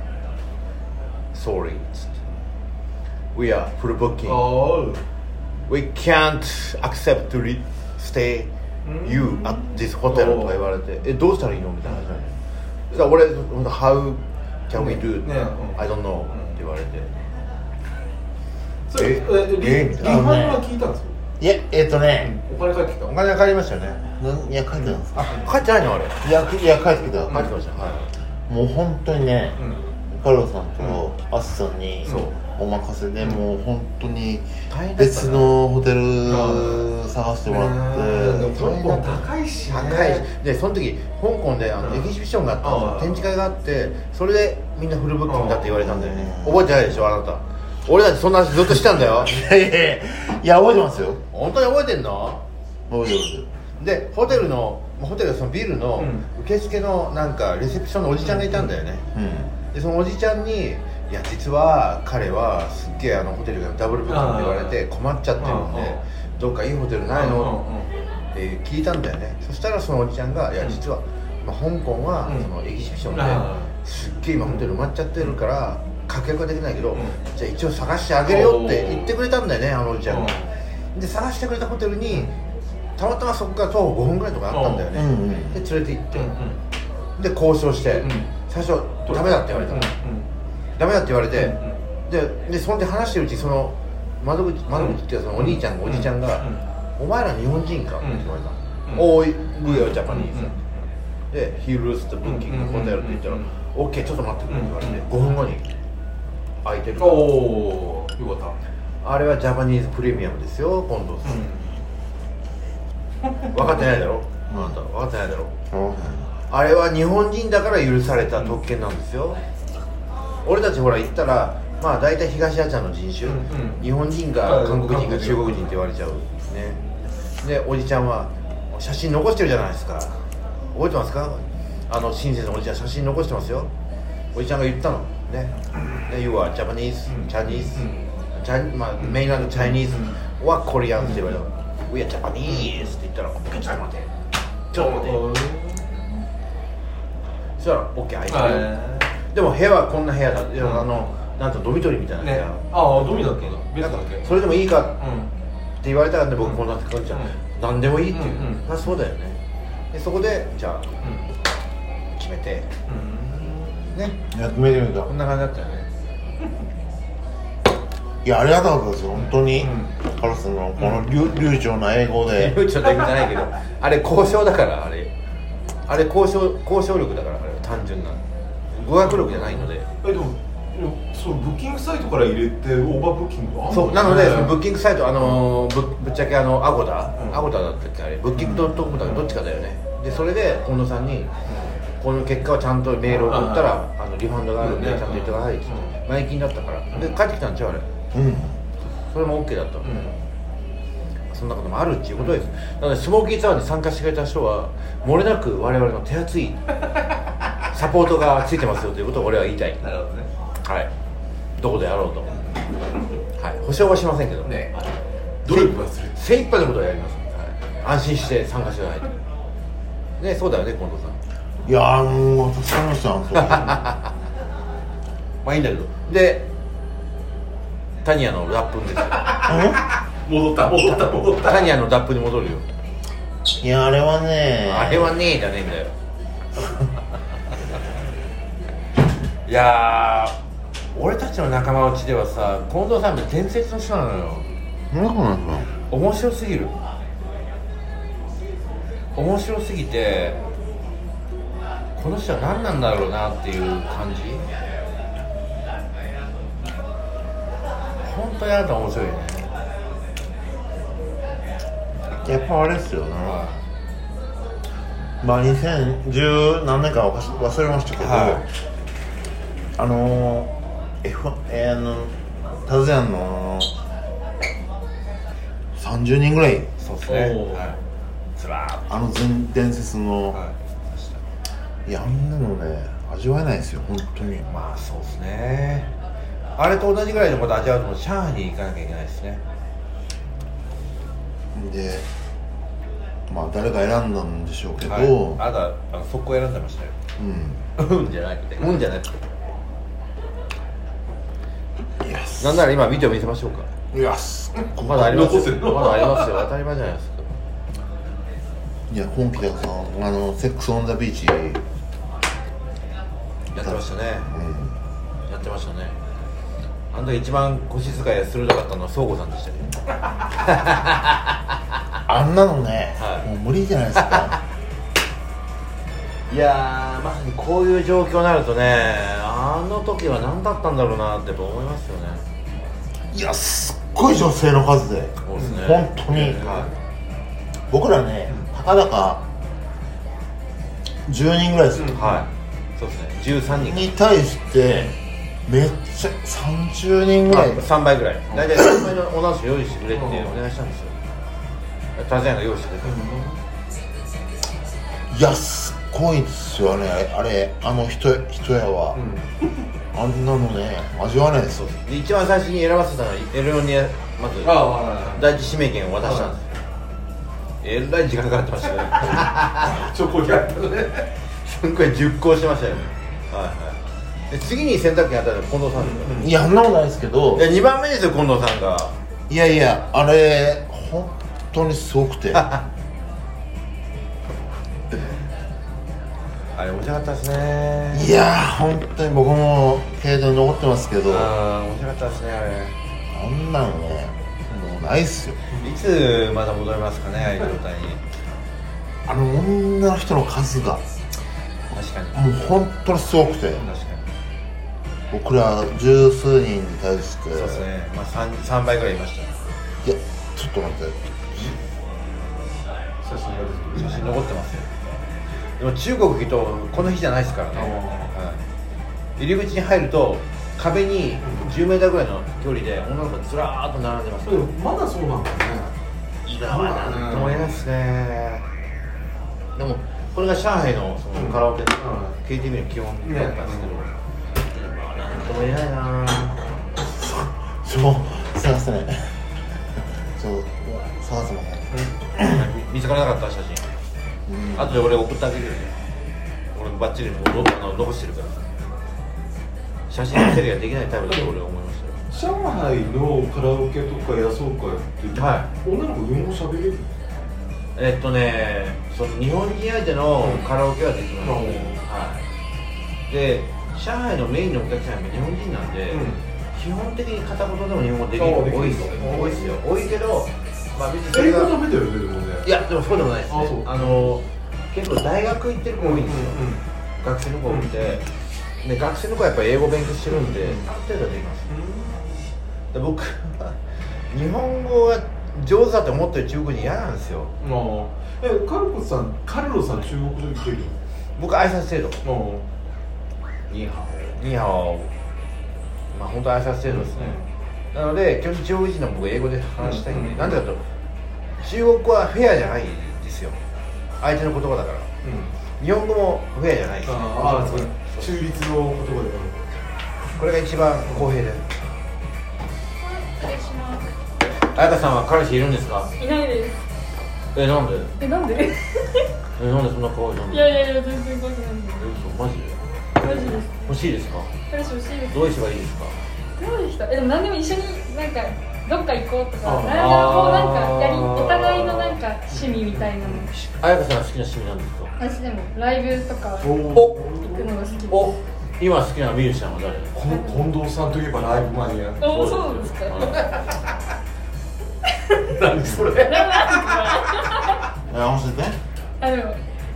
Speaker 1: Sorry」っつって「We are full booking」
Speaker 4: おう
Speaker 1: We can't accept to re- stay you at this hotel とか言われてえどうしたらいいのみたいな話なのよそしたら俺「How can we do
Speaker 4: ねうん
Speaker 1: I don't know」って言われて
Speaker 4: それ
Speaker 1: え
Speaker 4: えリ
Speaker 1: えみ
Speaker 4: リ
Speaker 1: た
Speaker 4: ハ
Speaker 1: い
Speaker 4: に
Speaker 1: な
Speaker 4: は聞いたんですよ
Speaker 3: いやえっ、とね、
Speaker 4: お金返ってきた
Speaker 1: お金がかかりましたよね
Speaker 3: なんいや帰ってたんですか
Speaker 1: あ帰ってないのあれ帰
Speaker 3: いやいや帰ってきた、
Speaker 1: ってましたはい
Speaker 3: もう本当にね、カルロさんとアスさんに
Speaker 4: そう
Speaker 3: お任せで、もう本当に
Speaker 1: 大変だったな
Speaker 3: 別のホテル探してもらって、
Speaker 4: ねえでも高いしね
Speaker 1: 高いしでその時香港であの
Speaker 4: うん
Speaker 1: エキシビションがあった
Speaker 4: ああ
Speaker 1: んですよ展示会があってそれでみんなフルブッキングだって言われたんだよね
Speaker 3: ああ
Speaker 1: 覚えてないでしょあなた俺たちそんな話ずっとしてたんだ よ
Speaker 3: いやいやいやいや覚えてますよ
Speaker 1: 本当に覚えてんの
Speaker 3: 覚えてますよ
Speaker 1: でホテルのホテルそのビルの受付のなんかレセプションのおじちゃんがいたんだよね、
Speaker 3: うん
Speaker 1: でそのおじちゃんに「いや実は彼はすっげえあのホテルがダブルブッキングって言われて困っちゃってるん
Speaker 4: うんうん
Speaker 1: でどっかいいホテルないの?」って聞いたんだよねそしたらそのおじちゃんが「いや実は、まあ、香港は
Speaker 4: うん
Speaker 1: そのエキシビション
Speaker 4: あ
Speaker 1: ですっげえ今ホテル埋まっちゃってるから確約はできないけど、
Speaker 4: ん
Speaker 1: じゃあ一応探してあげるよ」って言ってくれたんだよねあのおじちゃんが。で探してくれたホテルにたまたまそこから徒歩5分ぐらいのとかあったんだよね、
Speaker 3: うんうん
Speaker 1: で連れて行って、
Speaker 4: うんうん
Speaker 1: で交渉して、
Speaker 4: うん
Speaker 1: 最初「ダメだ」って言われたの、ダメだって言われて、ででそんで話してるうちその窓口窓口っていうかそのお兄ちゃんが、おじちゃんが、お前ら日本人か?」って言われたの「おいグヨジャパニーズ」で「ヒールスとブッキングホテル」って言ったら
Speaker 4: うんうん
Speaker 1: 「オッケーちょっと待ってくれ」って言われて、
Speaker 4: うん
Speaker 1: 5分後に空いてる
Speaker 4: おおーよかっ
Speaker 1: あれはジャパニーズプレミアムですよ今度、
Speaker 4: たう
Speaker 1: 分かってないだろあなた分かってないだろあれは日本人だから許された特権なんですよ俺たちほら行ったらまあ大体東アジアの人種、
Speaker 4: うんうん
Speaker 1: 日本人か
Speaker 4: あ
Speaker 1: 韓国人か
Speaker 4: 韓国人
Speaker 1: 中国人って言われちゃうねでおじちゃんは写真残してるじゃないですか覚えてますかあの親切のおじちゃん写真残してますよおじちゃんが言ったのね「ね You are Japanese,
Speaker 4: うん
Speaker 1: Chinese,
Speaker 4: う
Speaker 1: チャイまあ、メインランド Chinese
Speaker 4: う
Speaker 1: はコリアンって言われたの「We are Japanese」って言ったら「ちょっと待ってちょっと待って」
Speaker 4: ん
Speaker 1: そしたら OK 開いてるよ
Speaker 4: あ
Speaker 1: でも部屋はこんな部屋だいや
Speaker 4: うん
Speaker 1: あのなんとドミトリーみたいな
Speaker 4: ー
Speaker 1: 部
Speaker 4: ね
Speaker 1: 屋
Speaker 4: ああドミだったんだベ
Speaker 1: な
Speaker 4: ッ
Speaker 1: ん
Speaker 4: ドだけ
Speaker 1: かそれでもいいか
Speaker 4: うん
Speaker 1: って言われたんで僕こんな感じじゃん、何でもいいっていう、
Speaker 4: うんうん
Speaker 1: あそうだよねでそこでじゃあ決めてね
Speaker 3: やってみてみた
Speaker 1: こんな感じだったよね
Speaker 3: いやありがたかったですよ本当に、
Speaker 4: う
Speaker 3: カラスのこの流流暢な英語で
Speaker 1: 流暢という意味じゃないけ どあれ交渉だからあれあれ交渉交渉力だからあれは単純な語学力じゃないので
Speaker 4: えでもでもそのブッキングサイトから入れてオーバーブッキングがあん
Speaker 1: そうなので、そのブ
Speaker 4: ッ
Speaker 1: ッキングサイト、あのーぶぶっちゃけあのアゴダ、
Speaker 4: うん
Speaker 1: アゴダだったっけあれ、ブッキングドットコムだかどっちかだよね、でそれで近藤さんに、この結果をちゃんとメールを送ったら、あのリファンドがあるんで、ち
Speaker 4: う
Speaker 1: ゃ
Speaker 4: ん
Speaker 1: んと言ってくださいって言って
Speaker 4: う、
Speaker 1: 前金だったから、で帰ってきたんちゃうあれ、
Speaker 3: うん
Speaker 1: それも OK だったの、
Speaker 4: うん
Speaker 1: そんなこともあるっていうことです、なので、スモーキーツアーに参加してくれた人は、もれなく我々の手厚いサポートがついてますよということを俺は言いたい、
Speaker 4: なるほどね
Speaker 1: はい、どこでやろうと、はい、保証はしませんけどね。
Speaker 4: 努力はする
Speaker 1: 精一杯のことはやります、安心して参加してくださいねそうだよね近藤さん
Speaker 3: いやあもうたくさんの人なんですよ
Speaker 1: まあいいんだけどでタニアのラップ ですよ
Speaker 4: 戻った戻った戻った
Speaker 1: タニアのラップに戻るよ
Speaker 3: いやあれはね
Speaker 1: あれはねえじゃねえん だよいやー俺たちの仲間内ではさ近藤さんって伝説の人なのよ
Speaker 3: そんなことないですよ
Speaker 1: 面白すぎる面白すぎてこの人は何なんだろうなっていう感じ本当にあなた面白いよね
Speaker 3: やっぱあれっすよね、まあ2010何年かは忘れましたけど、
Speaker 1: は
Speaker 3: あのー F えーあのタズヤンの30人ぐらい
Speaker 1: そうです
Speaker 4: お
Speaker 1: ね
Speaker 4: ー
Speaker 1: はいずらーっ
Speaker 3: あの全伝説の、
Speaker 4: とはい
Speaker 3: いやあんなのね味わえないですよ本当に
Speaker 1: とまあそうですねあれと同じぐらいのこと味わうとも上海に行かなきゃいけないですね
Speaker 3: でまあ誰が選んだんでしょうけど、
Speaker 1: はいあなたあの速攻選んでましたよ
Speaker 3: うん
Speaker 1: うんじゃなくてうんじゃなくて
Speaker 3: イエス
Speaker 1: なんなら今ビデオ見せましょうか
Speaker 3: イエス
Speaker 1: まだあります
Speaker 4: 残せ
Speaker 1: よ
Speaker 4: るの
Speaker 1: まだありますよ当たり前じゃないですか
Speaker 3: いや今期だからさあのセックス・オン・ザ・ビーチ
Speaker 1: やってましたね、やってましたねあの時一番腰使いが鋭かったのは宗吾さんでしたね
Speaker 3: あんなのね、
Speaker 1: はい
Speaker 3: もう無理じゃないです か
Speaker 1: いやーまさにこういう状況になるとねあの時は何だったんだろうなってやっぱ思いますよね
Speaker 3: いやすっごい女性の数で
Speaker 1: そうですね
Speaker 3: 本当に
Speaker 1: は
Speaker 3: 僕らねたかだか10人ぐらいですよ、
Speaker 1: い、はい、そうですね13人
Speaker 3: に対してめっちゃ30人ぐらい
Speaker 1: 3倍ぐらい大体3倍のお直し用意してくれってお願いしたんですよ田津屋が用意してくれた
Speaker 3: いやすっごいんですよねあれあの人人やは、あんなのね味わわないですよ
Speaker 1: で一番最初に選ばせたのはエルロニアまず
Speaker 4: ああは
Speaker 1: 第一指名権を渡したんですよえらい時間かかってましたね
Speaker 4: いチョコギャップね
Speaker 1: すっごい熟考してましたよねはいはいで次に選択権与えたのは近藤さんですよ、
Speaker 3: いやあんなことないですけど
Speaker 1: で2番目ですよ近藤さんが
Speaker 3: いやいやあれ本当にすご くて
Speaker 1: あれ面白かったですね
Speaker 3: いやー本当に僕も経動に残ってますけど
Speaker 1: あ
Speaker 3: あ
Speaker 1: あ面白かったですねあれ
Speaker 3: んなのねもうないっすよ
Speaker 1: いつまた戻りますかねああいう状態に
Speaker 3: あの女の人の数が
Speaker 1: 確かに
Speaker 3: もう本当にすごくて
Speaker 1: 確かに
Speaker 3: 僕ら十数人に対し
Speaker 1: そ
Speaker 3: て
Speaker 1: うですねまあ 3, 3倍ぐらいいました
Speaker 3: いやちょっと待って
Speaker 4: 写真が出てく
Speaker 1: 写
Speaker 4: る
Speaker 1: 真残ってますよでも中国行くとこの日じゃないですからね、
Speaker 4: あ
Speaker 1: はい、入り口に入ると壁に10メーターぐらいの距離で女の子がずらーっと並んでます
Speaker 4: でもまだそうなんだね
Speaker 1: 今はなんとも言えないですねでもこれが上海のそのカラオケの
Speaker 4: う
Speaker 1: KTV の基本だったんですけど、今はなんとも言えないな
Speaker 3: そう探せないそう探せません
Speaker 1: 見つからなかった写真後で俺送ってあげるよね俺もバッチリもうロあの残してるから写真の整理ができないタイプだと俺は思いまし
Speaker 4: 上海のカラオケとか安岡やってる
Speaker 1: たよはい
Speaker 4: 女の子日本語喋れる
Speaker 1: えっとねその日本人相手のカラオケはできます、
Speaker 4: うん
Speaker 1: はいで上海のメインのお客さんが日本人なんで、
Speaker 4: うん
Speaker 1: 基本的に片言でも日本語できる
Speaker 4: あできる
Speaker 1: 多いですよ多いですよ多いけどまあ別にそれ
Speaker 4: 英語
Speaker 1: が
Speaker 4: ダメだよねでもね
Speaker 1: いやでもそうでもないです
Speaker 4: あそう
Speaker 1: ねあの結構大学行ってる子多いんですよ、学生の子多くて、で学生の子はやっぱ英語勉強してるんで、ある程度はできますで僕は日本語が上手だと思ってる中国人嫌なんですよ
Speaker 4: うんああえカルコさんカルロさん中国語できる
Speaker 1: 僕挨拶程度
Speaker 4: の
Speaker 1: ニーハオニーハオまあ本当挨拶程度ですね、なので基本的に中国人の僕英語で話したいんで、
Speaker 4: うん
Speaker 1: なんでかと中国語はフェアじゃないんですよ相手の言葉だから
Speaker 4: うんうん
Speaker 1: 日本語もフェアじゃないですよ
Speaker 4: ああそう中立の言葉で
Speaker 1: これが一番公平です彩香さんは彼氏いるんですか
Speaker 7: いないです。
Speaker 1: えなんで
Speaker 7: え、なんで
Speaker 1: えなんでそんな可愛いの
Speaker 7: い
Speaker 1: え
Speaker 7: やいやいや、全然怖くないんで。
Speaker 1: 嘘マジで
Speaker 7: マジです。
Speaker 1: 欲しいですか
Speaker 7: 彼氏欲しいです。
Speaker 1: どういう人がいいですか
Speaker 7: どうでしたえ、でも何でも一緒になんか、どっか行こうと
Speaker 4: あ
Speaker 7: か、
Speaker 4: ー
Speaker 7: なんかこうなんかやり、
Speaker 1: あー
Speaker 7: お互いのなんか趣味みたいなの。
Speaker 1: 彩香さんが好きな趣味なんですか
Speaker 7: 私でもライブとか行
Speaker 1: お
Speaker 4: お
Speaker 7: くのが好きです。
Speaker 1: お今好きなミュージシャンは誰
Speaker 4: この近藤さんといえばライブマニア
Speaker 7: おそうなんですか。
Speaker 1: は
Speaker 7: ないんか
Speaker 4: 何それ
Speaker 3: え合わせて
Speaker 7: あの、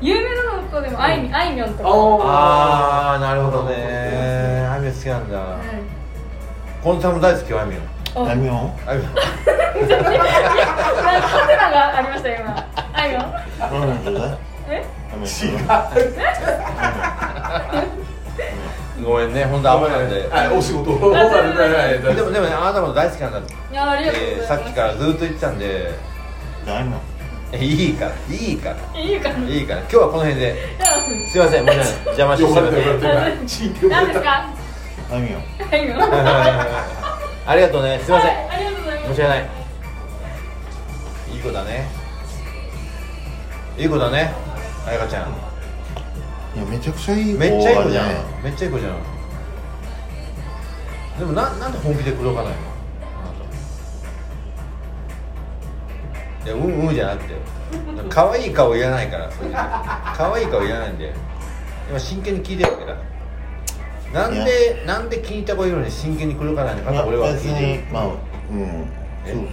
Speaker 7: 有名なのとでもあいみ、あいみょんとか。は
Speaker 1: ああなるほどねあみょん好きなんだ
Speaker 7: い
Speaker 1: コンさんも大好きよあみょん
Speaker 7: お
Speaker 3: 何
Speaker 1: あみょん
Speaker 3: を
Speaker 7: なんかカメラがありましたよ今。あいみょん。
Speaker 3: 何なんだ
Speaker 7: え、
Speaker 3: 違う
Speaker 1: ごめんね本当危ないんで
Speaker 4: はいお仕事をはいはいはい
Speaker 1: でもでもねあなたも大好きなんだって
Speaker 7: いやありがとうござい
Speaker 1: え
Speaker 7: ま
Speaker 1: ー
Speaker 7: す。
Speaker 1: さっきからずっと言ってたんで
Speaker 3: 何も
Speaker 1: えいいからいいから
Speaker 7: ら。いいかな。
Speaker 1: いいから今日はこの辺ですすいませんもうね邪魔して
Speaker 4: よ
Speaker 1: すいま
Speaker 4: かっ
Speaker 1: せん
Speaker 4: たよかったチンって
Speaker 7: 何ですか。
Speaker 3: 何を
Speaker 7: あいみょん。はい、
Speaker 1: ありがとうねすいません
Speaker 7: ありがとうございま
Speaker 1: 申
Speaker 7: す
Speaker 1: し訳。ないいい子だねいい子だねあやかちゃん
Speaker 3: いやめちゃくちゃいい
Speaker 1: めっちゃいい子
Speaker 3: 子
Speaker 1: じ
Speaker 3: だ
Speaker 1: ゃん
Speaker 3: ね
Speaker 1: めっちゃいい子じゃんでもななんで本気で口説かないのあなたいやうんうんじゃなくて可愛い顔いらないからそれ可愛い顔いらないんで今真剣に聞いてるわけだなんでなんで聞いた子いるのに真剣に口説かないのか
Speaker 3: い
Speaker 1: って
Speaker 3: や
Speaker 1: 俺は
Speaker 3: 別
Speaker 1: 聞いてる
Speaker 3: にまあうん
Speaker 1: え
Speaker 3: そうですね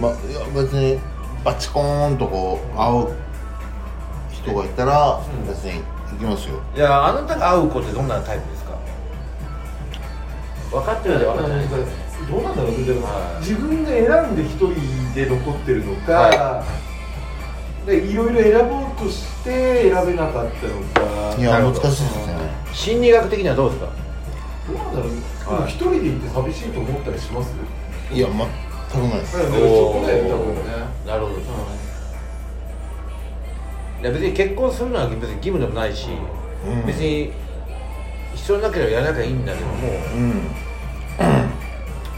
Speaker 3: まあいや別にバチコーンとこう会う人がいたら別に行きますよ
Speaker 1: いやあなたが会う子ってどんなタイプですか分かってるで分かってない
Speaker 4: どうなんだろうねでも
Speaker 1: はい
Speaker 4: 自分が選んで一人で残ってるのか
Speaker 1: は
Speaker 4: でいろいろ選ぼうとして選べなかったのか
Speaker 3: い
Speaker 1: な
Speaker 3: や
Speaker 1: るほ
Speaker 3: 難し
Speaker 1: ど
Speaker 3: いですね
Speaker 1: 心理学的にはどうですか
Speaker 4: どうなんだろうねで
Speaker 1: は
Speaker 4: も
Speaker 1: い
Speaker 4: 一人でいて寂しいと思ったりします
Speaker 3: いや全くないです
Speaker 4: うんそこだよ多分ね
Speaker 1: なるほど、
Speaker 4: う
Speaker 1: いや別に結婚するのは別に義務でもないし、別に必要なければやらなきゃいいんだけども、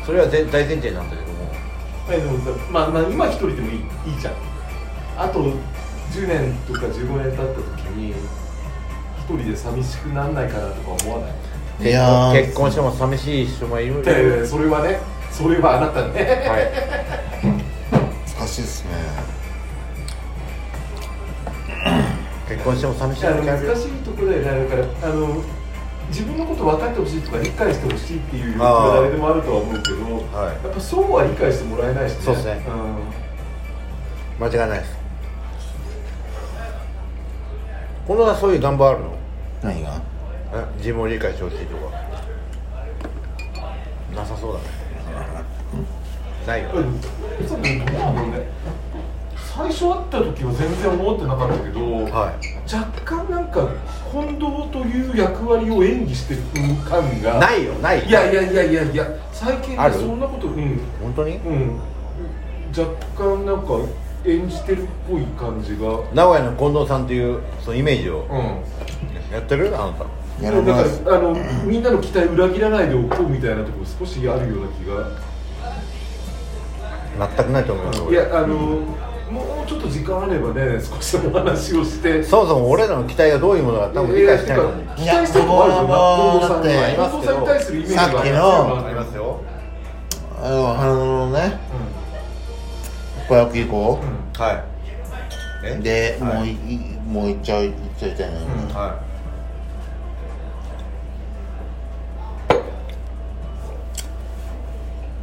Speaker 1: それはぜ大前提なんだけども
Speaker 4: はいでもさまあまあ今一人でもいいいいじゃんあと10年とか15年経った時に一人で寂しくならないかなとか思わない
Speaker 3: いやー
Speaker 1: 結婚しても寂しい人もいる
Speaker 4: いやいやいやそれはねそれはあなたね
Speaker 1: はい
Speaker 3: 難しいですね
Speaker 1: 結婚しても寂しい
Speaker 4: あの
Speaker 1: 人もい
Speaker 4: 難
Speaker 1: る
Speaker 4: しいところだよねだからあの自分のこと分かってほしいとか理解してほしいっていう欲
Speaker 1: あ
Speaker 4: は
Speaker 1: ー
Speaker 4: 誰でもあるとは思うけど
Speaker 1: はい
Speaker 4: やっぱそうは理解してもらえないしね
Speaker 1: そうですね間違いないですこのはそういう願望あるの
Speaker 3: 何が
Speaker 1: え自分を理解してほしいとかなさそうだねないよ
Speaker 4: う
Speaker 1: ね
Speaker 4: んそうねどうなんだろうね最初会った時は全然思ってなかったけど、
Speaker 1: はい
Speaker 4: 若干なんか近藤という役割を演技してる感が
Speaker 1: ないよない
Speaker 4: いやいやいやいやいや最近
Speaker 1: あ
Speaker 4: ね
Speaker 1: る
Speaker 4: そんなことうん
Speaker 1: 本当に
Speaker 4: うん、若干なんか演じてるっぽい感じが、う
Speaker 1: 名古屋の近藤さんというそのイメージを
Speaker 4: ん、
Speaker 1: やってるあなた
Speaker 3: やら
Speaker 4: だ
Speaker 3: ないです
Speaker 4: からあのみんなの期待裏切らないでおこうみたいなところ少しあるような気が
Speaker 1: 全くないと思います
Speaker 4: い
Speaker 1: 俺
Speaker 4: やあの、もうちょっと時間あればね少しお話をして
Speaker 1: そもそも俺らの期待がどういうものか多分理解してないと思う
Speaker 4: や期待してるとこあるよ
Speaker 3: い
Speaker 4: な
Speaker 3: や
Speaker 4: 近藤さんに近藤さんに対するイメージが
Speaker 3: さっきの
Speaker 4: あ
Speaker 1: あ
Speaker 4: り
Speaker 1: り
Speaker 4: ま
Speaker 1: ますす
Speaker 4: よ
Speaker 1: よ
Speaker 3: あの花のね子役以降
Speaker 1: はいえ
Speaker 3: で、
Speaker 1: はい
Speaker 3: もういいもう行っちゃう行っちゃいたいのに、
Speaker 1: は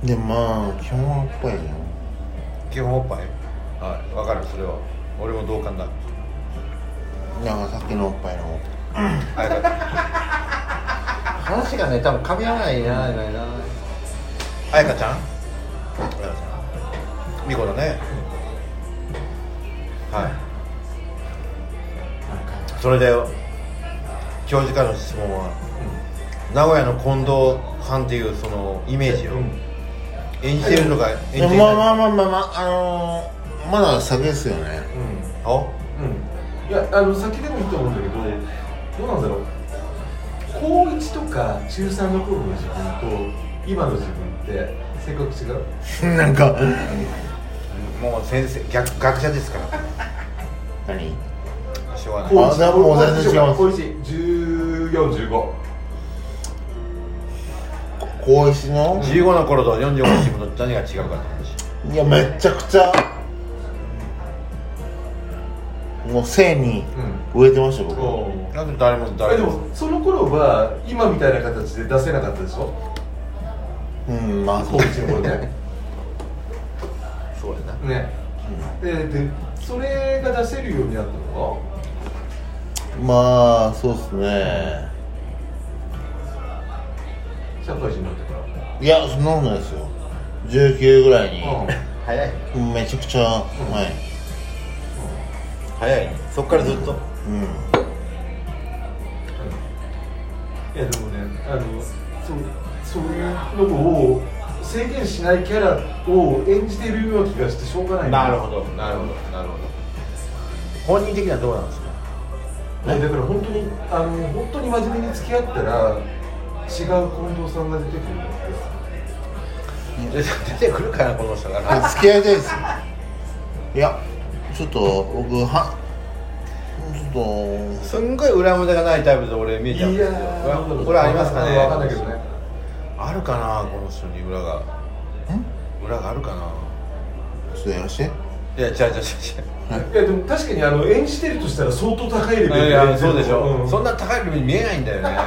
Speaker 3: でまあ基本はやっぱりね
Speaker 1: い基本おっぱいはいわかるそれは俺も同感だ
Speaker 3: なんかさっきのおっぱいの
Speaker 1: はいわかる話がね多分噛み合わないなないないな彩香ちゃん彩香ちゃんみこだねはいそれで教授からの質問は、名古屋の近藤さんっていうそのイメージを演じてるのか演じて
Speaker 3: で
Speaker 1: いない
Speaker 3: まあまあまあまあまああのーまだ先ですよね
Speaker 1: お
Speaker 4: うんいやあの先でもいいと思うんだけどどうなんだろう高1とか中3の頃の自分と今の自分って性格違う
Speaker 3: なんか
Speaker 1: もう先生逆学者ですか
Speaker 3: 何
Speaker 1: らしょうがない
Speaker 4: 高一
Speaker 3: でももう全然違います
Speaker 4: 高1 1415
Speaker 3: 高一の
Speaker 1: 15の頃と45の自分と何が違うかって話
Speaker 3: いやめちゃくちゃもう性に植えてましたよ僕、
Speaker 4: うん
Speaker 1: なんで誰も
Speaker 4: え
Speaker 1: 誰
Speaker 4: で
Speaker 1: も
Speaker 4: もその頃は今みたいな形で出せなかったでしょ
Speaker 3: うんまあ
Speaker 4: 高1の頃ね
Speaker 1: そうやな
Speaker 4: ねででそれが出せるようになったの
Speaker 3: まあそうっすね
Speaker 4: 社会人になってから
Speaker 3: いやそんなことないですよ19ぐらいに、
Speaker 4: う
Speaker 1: 早い
Speaker 3: めちゃくちゃはい
Speaker 1: 早いねそっからずっと
Speaker 3: うん
Speaker 4: んいやでもねあのそうそういうのを制限しないキャラを演じているような気がしてしょうがない
Speaker 1: どなるほどなるほど本人的にはどうなんですか
Speaker 4: ねだから本当にあの本当に真面目に付き合ったら違う近藤さんが出てくるんです
Speaker 1: 出てくるかなこの人がな
Speaker 3: 付き合いたいですよいやちょっと僕はちょっと
Speaker 1: すんごい裏表がないタイプで俺見えちゃうん
Speaker 4: い
Speaker 1: です
Speaker 4: や
Speaker 1: よ
Speaker 4: ー
Speaker 1: うわ
Speaker 4: なんだろう
Speaker 1: これありますかね
Speaker 4: わかんないけどね
Speaker 1: あるかなこの人に裏が裏があるかな
Speaker 3: ちょっとやらして
Speaker 1: いや違う違う違う
Speaker 4: いやでも確かにあの演じてるとしたら相当高いレベル
Speaker 1: 違ういやそうでし
Speaker 4: う
Speaker 1: ょ
Speaker 4: ん
Speaker 1: そんな高いレベルに見えないんだよね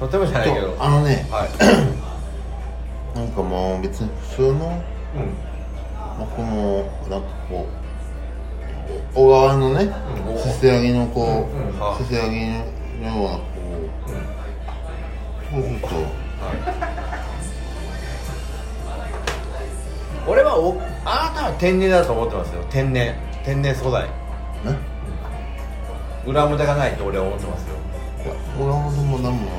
Speaker 1: とてもじゃないけど
Speaker 3: あのね
Speaker 1: はい
Speaker 3: なんかもう別に普通の
Speaker 4: うん
Speaker 3: 僕もなんかこう小川のね
Speaker 1: うん
Speaker 3: せせらぎのこ
Speaker 4: うん
Speaker 1: うんは
Speaker 3: うせせらぎのようなこうちょっと
Speaker 1: 俺はおあなたは天然だと思ってますよ天然天然素材
Speaker 3: ね
Speaker 1: 裏表がないと俺は思ってますよ
Speaker 3: いや俺はでも何も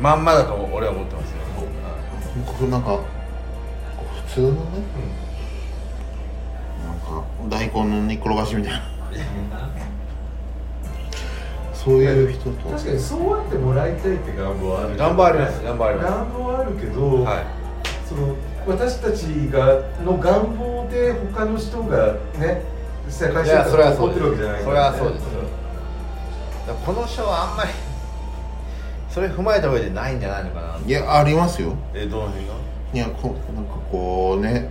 Speaker 1: まんまだと俺は思ってますよ
Speaker 3: 僕なんか普通のね、なんか大根の煮っころがしみたいな そういう人と
Speaker 4: 確かにそうやってもらいたいって願望はある
Speaker 1: 願望あります願望あります
Speaker 4: 願望はあるけど、
Speaker 1: はい
Speaker 4: その私たちがの願望で他の人がね世界
Speaker 1: いやそ
Speaker 4: 中
Speaker 1: れ
Speaker 4: で
Speaker 1: は
Speaker 4: 起
Speaker 1: そ
Speaker 4: こ
Speaker 1: う
Speaker 4: っ
Speaker 1: で
Speaker 4: て
Speaker 1: す
Speaker 4: るわけじゃない
Speaker 1: そ
Speaker 4: か
Speaker 1: れ
Speaker 4: ら
Speaker 1: は
Speaker 4: ね
Speaker 1: そうですだからこの人はあんまりそれ踏まえた上でないんじゃないのかない
Speaker 3: やありますよ
Speaker 1: えどの辺が
Speaker 3: いやこなんかこうね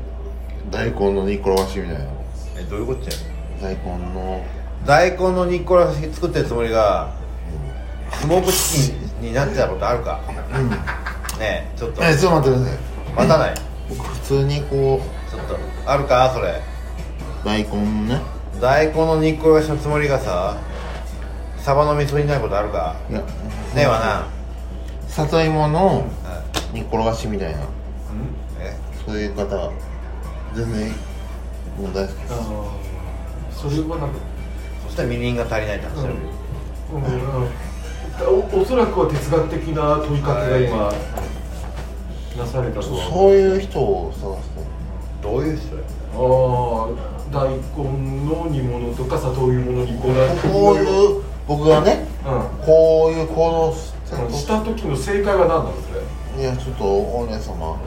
Speaker 3: 大根の煮っころがしみたいな
Speaker 1: えどういうことや
Speaker 3: 大根の
Speaker 1: 大根の煮っころし作ってるつもりがスモークチキンになってたことあるか、ねえちょっと
Speaker 3: えちょっと待ってください
Speaker 1: 待たない
Speaker 3: 僕普通にこう
Speaker 1: ちょっとあるかそれ
Speaker 3: 大根のね
Speaker 1: 大根の煮っころしのつもりがさサバの味噌煮になることあるか
Speaker 3: いや
Speaker 1: ねえわ
Speaker 3: 里芋
Speaker 1: な、
Speaker 3: の
Speaker 1: はい
Speaker 3: 煮っころがしみたいな
Speaker 1: え
Speaker 3: そういう方全然もう大好き
Speaker 4: あーそれはなんか
Speaker 1: そしたらみりんが足りないって話だよ、
Speaker 4: おおそらくは哲学的な問いかけが今なされたと
Speaker 3: そう
Speaker 4: は
Speaker 3: そういう人を探す
Speaker 1: どういう人や
Speaker 4: ああ大根の煮物とか里芋の煮物
Speaker 3: とこういう僕がね
Speaker 4: う
Speaker 3: こういう行動をし
Speaker 4: ん、した時の正解は何なのそれ
Speaker 3: いやちょっとお姉様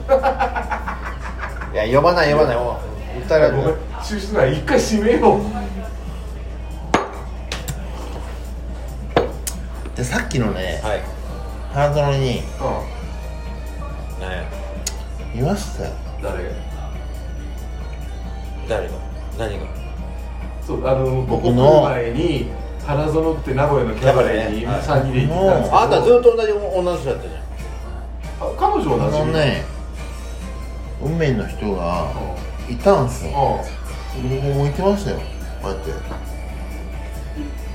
Speaker 1: いや呼ばない呼ばないもう訴えられ
Speaker 4: ごめん
Speaker 1: る
Speaker 4: 中止ない一回閉めよう
Speaker 3: でさっきのね
Speaker 1: はい
Speaker 3: 花園に
Speaker 4: う
Speaker 1: ね
Speaker 3: いましたよ
Speaker 4: ん誰
Speaker 1: 誰が何が
Speaker 4: そうあの
Speaker 3: 僕
Speaker 4: 僕
Speaker 3: の
Speaker 4: の前に花園って名古屋のキャバレーに
Speaker 1: キャバレーはい
Speaker 4: 3人で行ってたんですけど
Speaker 1: あんたずっと同じ女の人だったじゃん
Speaker 4: あ彼女
Speaker 3: あ
Speaker 4: は同
Speaker 3: の
Speaker 4: じ
Speaker 3: ね運命の人が
Speaker 4: うんう
Speaker 3: いたんすよ
Speaker 4: ん
Speaker 3: 僕もいてましたよこうやって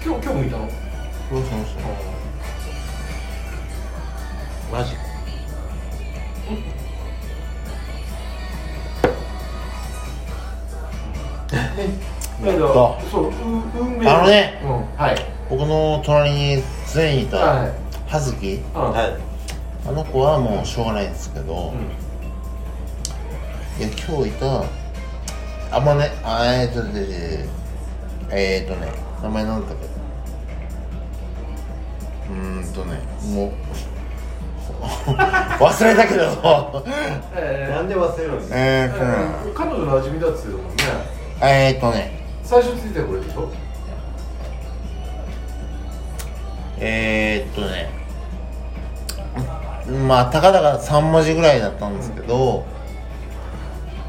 Speaker 4: 今日今日もいたの
Speaker 3: どうしました
Speaker 1: マジ
Speaker 4: だけどそうう運命
Speaker 3: あのね
Speaker 4: うんはい
Speaker 3: 僕の隣に全員いた
Speaker 4: は
Speaker 3: 葉月
Speaker 4: いうん
Speaker 1: はい
Speaker 3: あの子はもうしょうがないんですけど、
Speaker 4: うん
Speaker 3: いや今日いたあまねあえっとでえっとね名前なんだっけうーんとねもう 忘れたけど
Speaker 4: え
Speaker 1: なんで忘れるんですか
Speaker 3: えーとね
Speaker 4: ー彼女の味見だっつうのもんね
Speaker 3: えーとね
Speaker 4: 最初ついてこれでしょ
Speaker 3: えーとねまあたかだか3文字ぐらいだったんですけど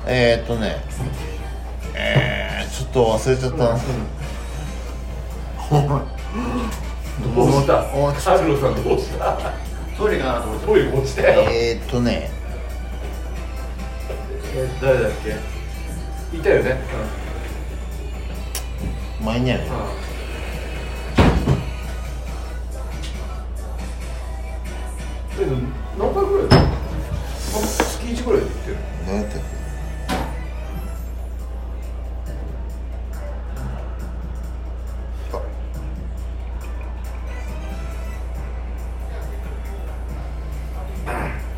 Speaker 3: えーとねえー、ちょっと忘れちゃったな
Speaker 4: どうした
Speaker 3: おちょ
Speaker 4: アルロさんどうした
Speaker 1: トイレかなと思って
Speaker 4: トイレ落ちたよ
Speaker 3: えーとね
Speaker 4: え誰だっけいたよね
Speaker 3: 前にある
Speaker 4: うんうんえ何回ぐらいだよ月1ぐらいで行ってる
Speaker 3: 何やったっ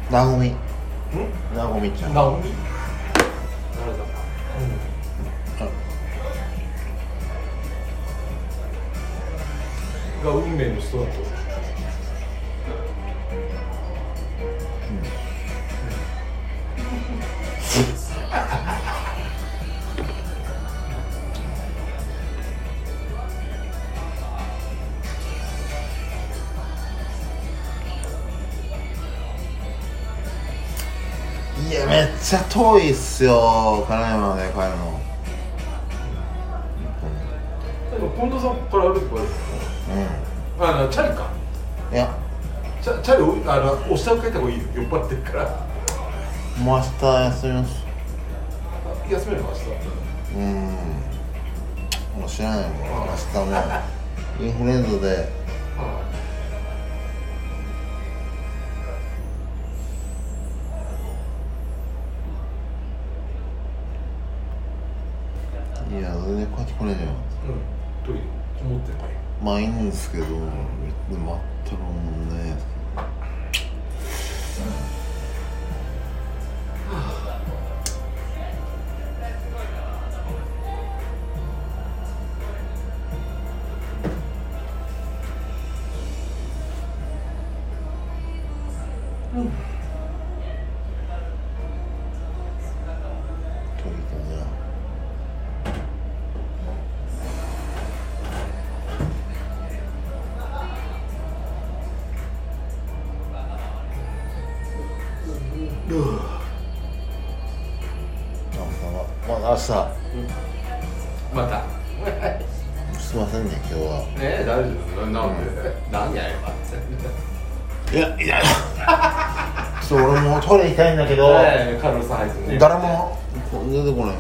Speaker 3: けなごみなごみちゃん
Speaker 4: なおみが運命の人だと
Speaker 3: いやめっちゃ遠いっすよ金山まで帰るの
Speaker 4: でも近藤さんから歩いてこられるあのチャリか
Speaker 3: うんいや
Speaker 4: チャチャリをあの押してあげた方がいいよ酔っ払ってるから
Speaker 3: もう明日休みます
Speaker 4: あ休めるの明日
Speaker 3: うーんもう知らないもん明日もうインフルエンザでいや全然帰ってこれじゃん
Speaker 4: うんトイレこもってる
Speaker 3: まあいいんですけど全くもうね
Speaker 4: う
Speaker 3: まだ朝
Speaker 4: また
Speaker 3: すいませんね今日は
Speaker 4: ねえ大丈夫なんでなんやよ
Speaker 3: いやいやちょっと俺もうトイレ行きたいんだけど
Speaker 4: ねえカルロス入ってね
Speaker 3: 誰も出てこないもんね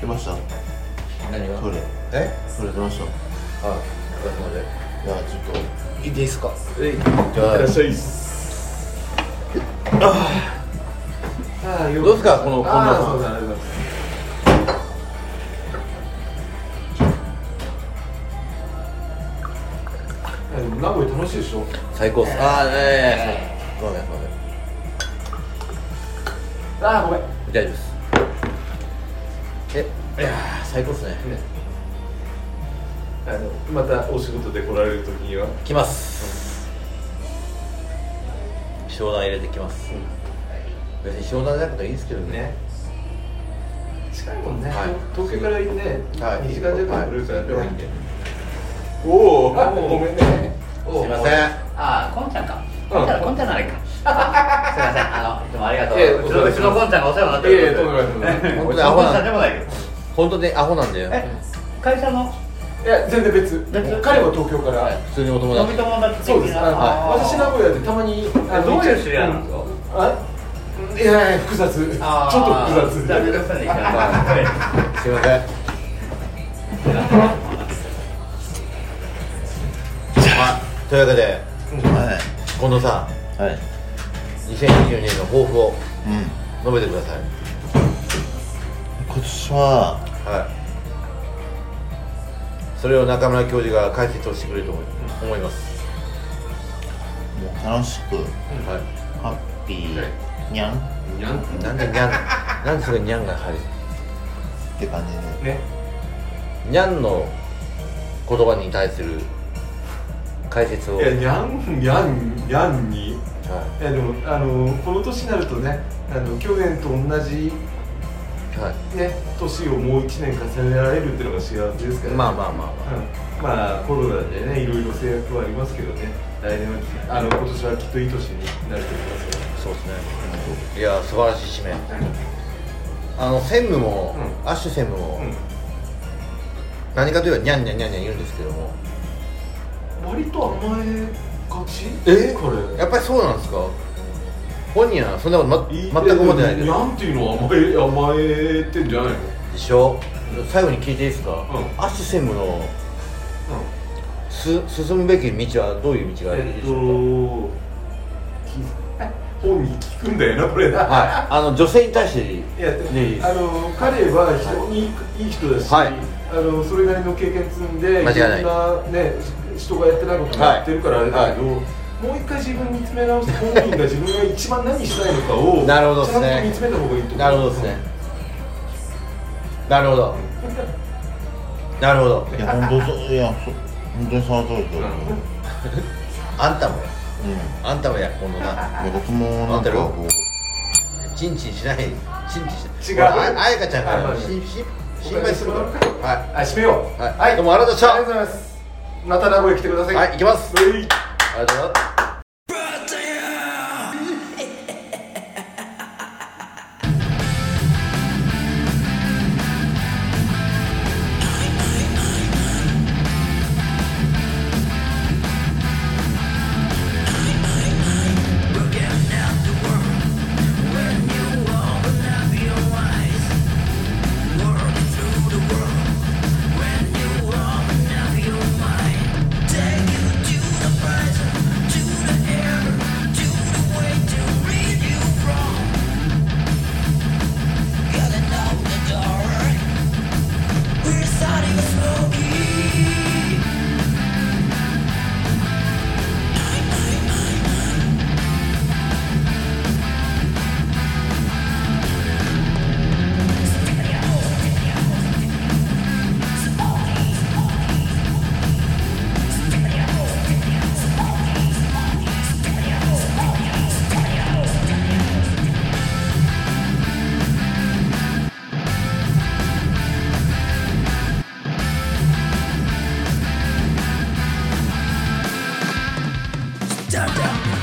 Speaker 3: 出ました
Speaker 4: 何が
Speaker 3: トイレ
Speaker 1: え
Speaker 3: トイレ出ました
Speaker 1: あお疲れ様で
Speaker 3: いやちょっと
Speaker 1: いっていいですか
Speaker 4: えいいらっしゃいっすああよ
Speaker 1: どうですかこのこん
Speaker 4: ああ
Speaker 1: な
Speaker 4: そうだありがとうございますあでも名古屋楽しいでしょ
Speaker 1: 最高っすああええごめんごめん
Speaker 4: ああごめん
Speaker 1: 大丈夫ですえいやー最高っすね
Speaker 4: あのまたお仕事で来られる時には
Speaker 1: 来ます商談入れてきます、別に商談じゃなくていいですけどね
Speaker 4: ね近いもんね、
Speaker 1: はい
Speaker 4: 東京からね、
Speaker 1: はい
Speaker 4: 2時間弱で来るからね、
Speaker 1: はい
Speaker 4: おおあごめんね
Speaker 1: すいません
Speaker 5: ああ、こんちゃん
Speaker 4: う
Speaker 5: か。
Speaker 4: ん
Speaker 5: こんちゃん、こんちゃんならいいか。すみません、あの、いつもありがとう。
Speaker 4: いえ
Speaker 5: うちのうちのこんちゃんがお世話になって
Speaker 4: いやいや
Speaker 5: る。
Speaker 4: とんでもないとんでもない
Speaker 5: 本当にアホなんでもないけど。
Speaker 1: 本当にアホなんだよ
Speaker 5: え、会社の
Speaker 4: いや全然別
Speaker 5: 別
Speaker 4: 彼は東京から、
Speaker 1: 普通にお友
Speaker 5: 飲
Speaker 1: 達
Speaker 5: み友達的な。
Speaker 4: そうです、あの私名古屋でたまにあ
Speaker 5: あ
Speaker 4: の
Speaker 5: どういう知り合いなんですか。
Speaker 4: あいやいや複雑ちょっと複
Speaker 5: あー
Speaker 4: 雑
Speaker 5: じゃあ、皆さんで行きまし
Speaker 1: すい
Speaker 5: ょう。
Speaker 1: ませんあというわけで
Speaker 3: はい
Speaker 1: 近藤さ
Speaker 3: はい
Speaker 1: ん2022年の抱負を
Speaker 3: うん
Speaker 1: 述べてください
Speaker 3: 今年は
Speaker 1: はいそれを中村教授が解説をしてくれると思い思います、
Speaker 3: もう楽しく
Speaker 1: はい
Speaker 3: ハッピーにゃんっ
Speaker 1: なんでにゃんなんでそれにゃんが入る
Speaker 3: て感じで
Speaker 4: ね
Speaker 1: にゃんの言葉に対する解説を
Speaker 4: いやにゃんにゃんにゃんに
Speaker 1: はい
Speaker 4: やでもあのこの年になるとねあの去年と同じ
Speaker 1: い、は
Speaker 4: ね年をもう一年重ねられるっていうのが幸せですか
Speaker 1: い、
Speaker 4: ら、
Speaker 1: まあまあまあまあ
Speaker 4: うんまあコロナでねいろいろ制約はありますけどね来年はきあの今年はきっといい年になると思いますよ
Speaker 1: そうですね、いや素晴らしい締め、あの専務も、
Speaker 4: う
Speaker 1: アッシュ専務も、
Speaker 4: うん
Speaker 1: 何かといえばにゃんにゃんにゃんにゃん言うんですけども
Speaker 4: 割と甘えがち
Speaker 1: え
Speaker 4: これ
Speaker 1: やっぱりそうなんですか本人はそんなこと、ま、全く思ってないけ
Speaker 4: や
Speaker 1: ど
Speaker 4: んっていうのは甘え甘えてんじゃないの
Speaker 1: でしょ最後に聞いていいですか、
Speaker 4: ん
Speaker 1: アッシュ専務のす進むべき道はどういう道があるん
Speaker 4: え
Speaker 1: で
Speaker 4: っ
Speaker 1: し
Speaker 4: と
Speaker 1: ょう
Speaker 4: き本に聞くんだよなこれ
Speaker 1: か、
Speaker 4: な
Speaker 1: はいあの女性に対して
Speaker 4: いや
Speaker 1: ね
Speaker 4: あの彼は非常にいい人だし、
Speaker 1: はい
Speaker 4: あのそれなりの経験積んで
Speaker 1: 間違いない
Speaker 4: ろんな、ね、し人がやってないこともやってるからあれだけど、もう一回自分見つめ直して本人が自分が一番何したいのかを
Speaker 1: なるほどっすね
Speaker 4: ちゃんと見つめた方がいいと思う
Speaker 1: なるほどですねなるほどなるほど
Speaker 3: いや本当そういやそう本当にその通りだと思う
Speaker 1: あんたもや
Speaker 3: うんい
Speaker 1: あんたもや今度な
Speaker 3: や僕もなんかこう
Speaker 1: チンチンしないチンチンし
Speaker 4: 違う
Speaker 1: ないほらあやかちゃんか
Speaker 4: はいは
Speaker 1: ら
Speaker 4: い
Speaker 1: しし心配するからは
Speaker 4: あ締めよ
Speaker 1: い
Speaker 4: う
Speaker 1: はい、どうもありがとうござ
Speaker 4: あ
Speaker 1: い
Speaker 4: り
Speaker 1: ま
Speaker 4: が
Speaker 1: し
Speaker 4: とうございますまた名古屋来てください
Speaker 1: たはい行きます
Speaker 4: はい
Speaker 1: ありがとうございます
Speaker 9: 「ダンダン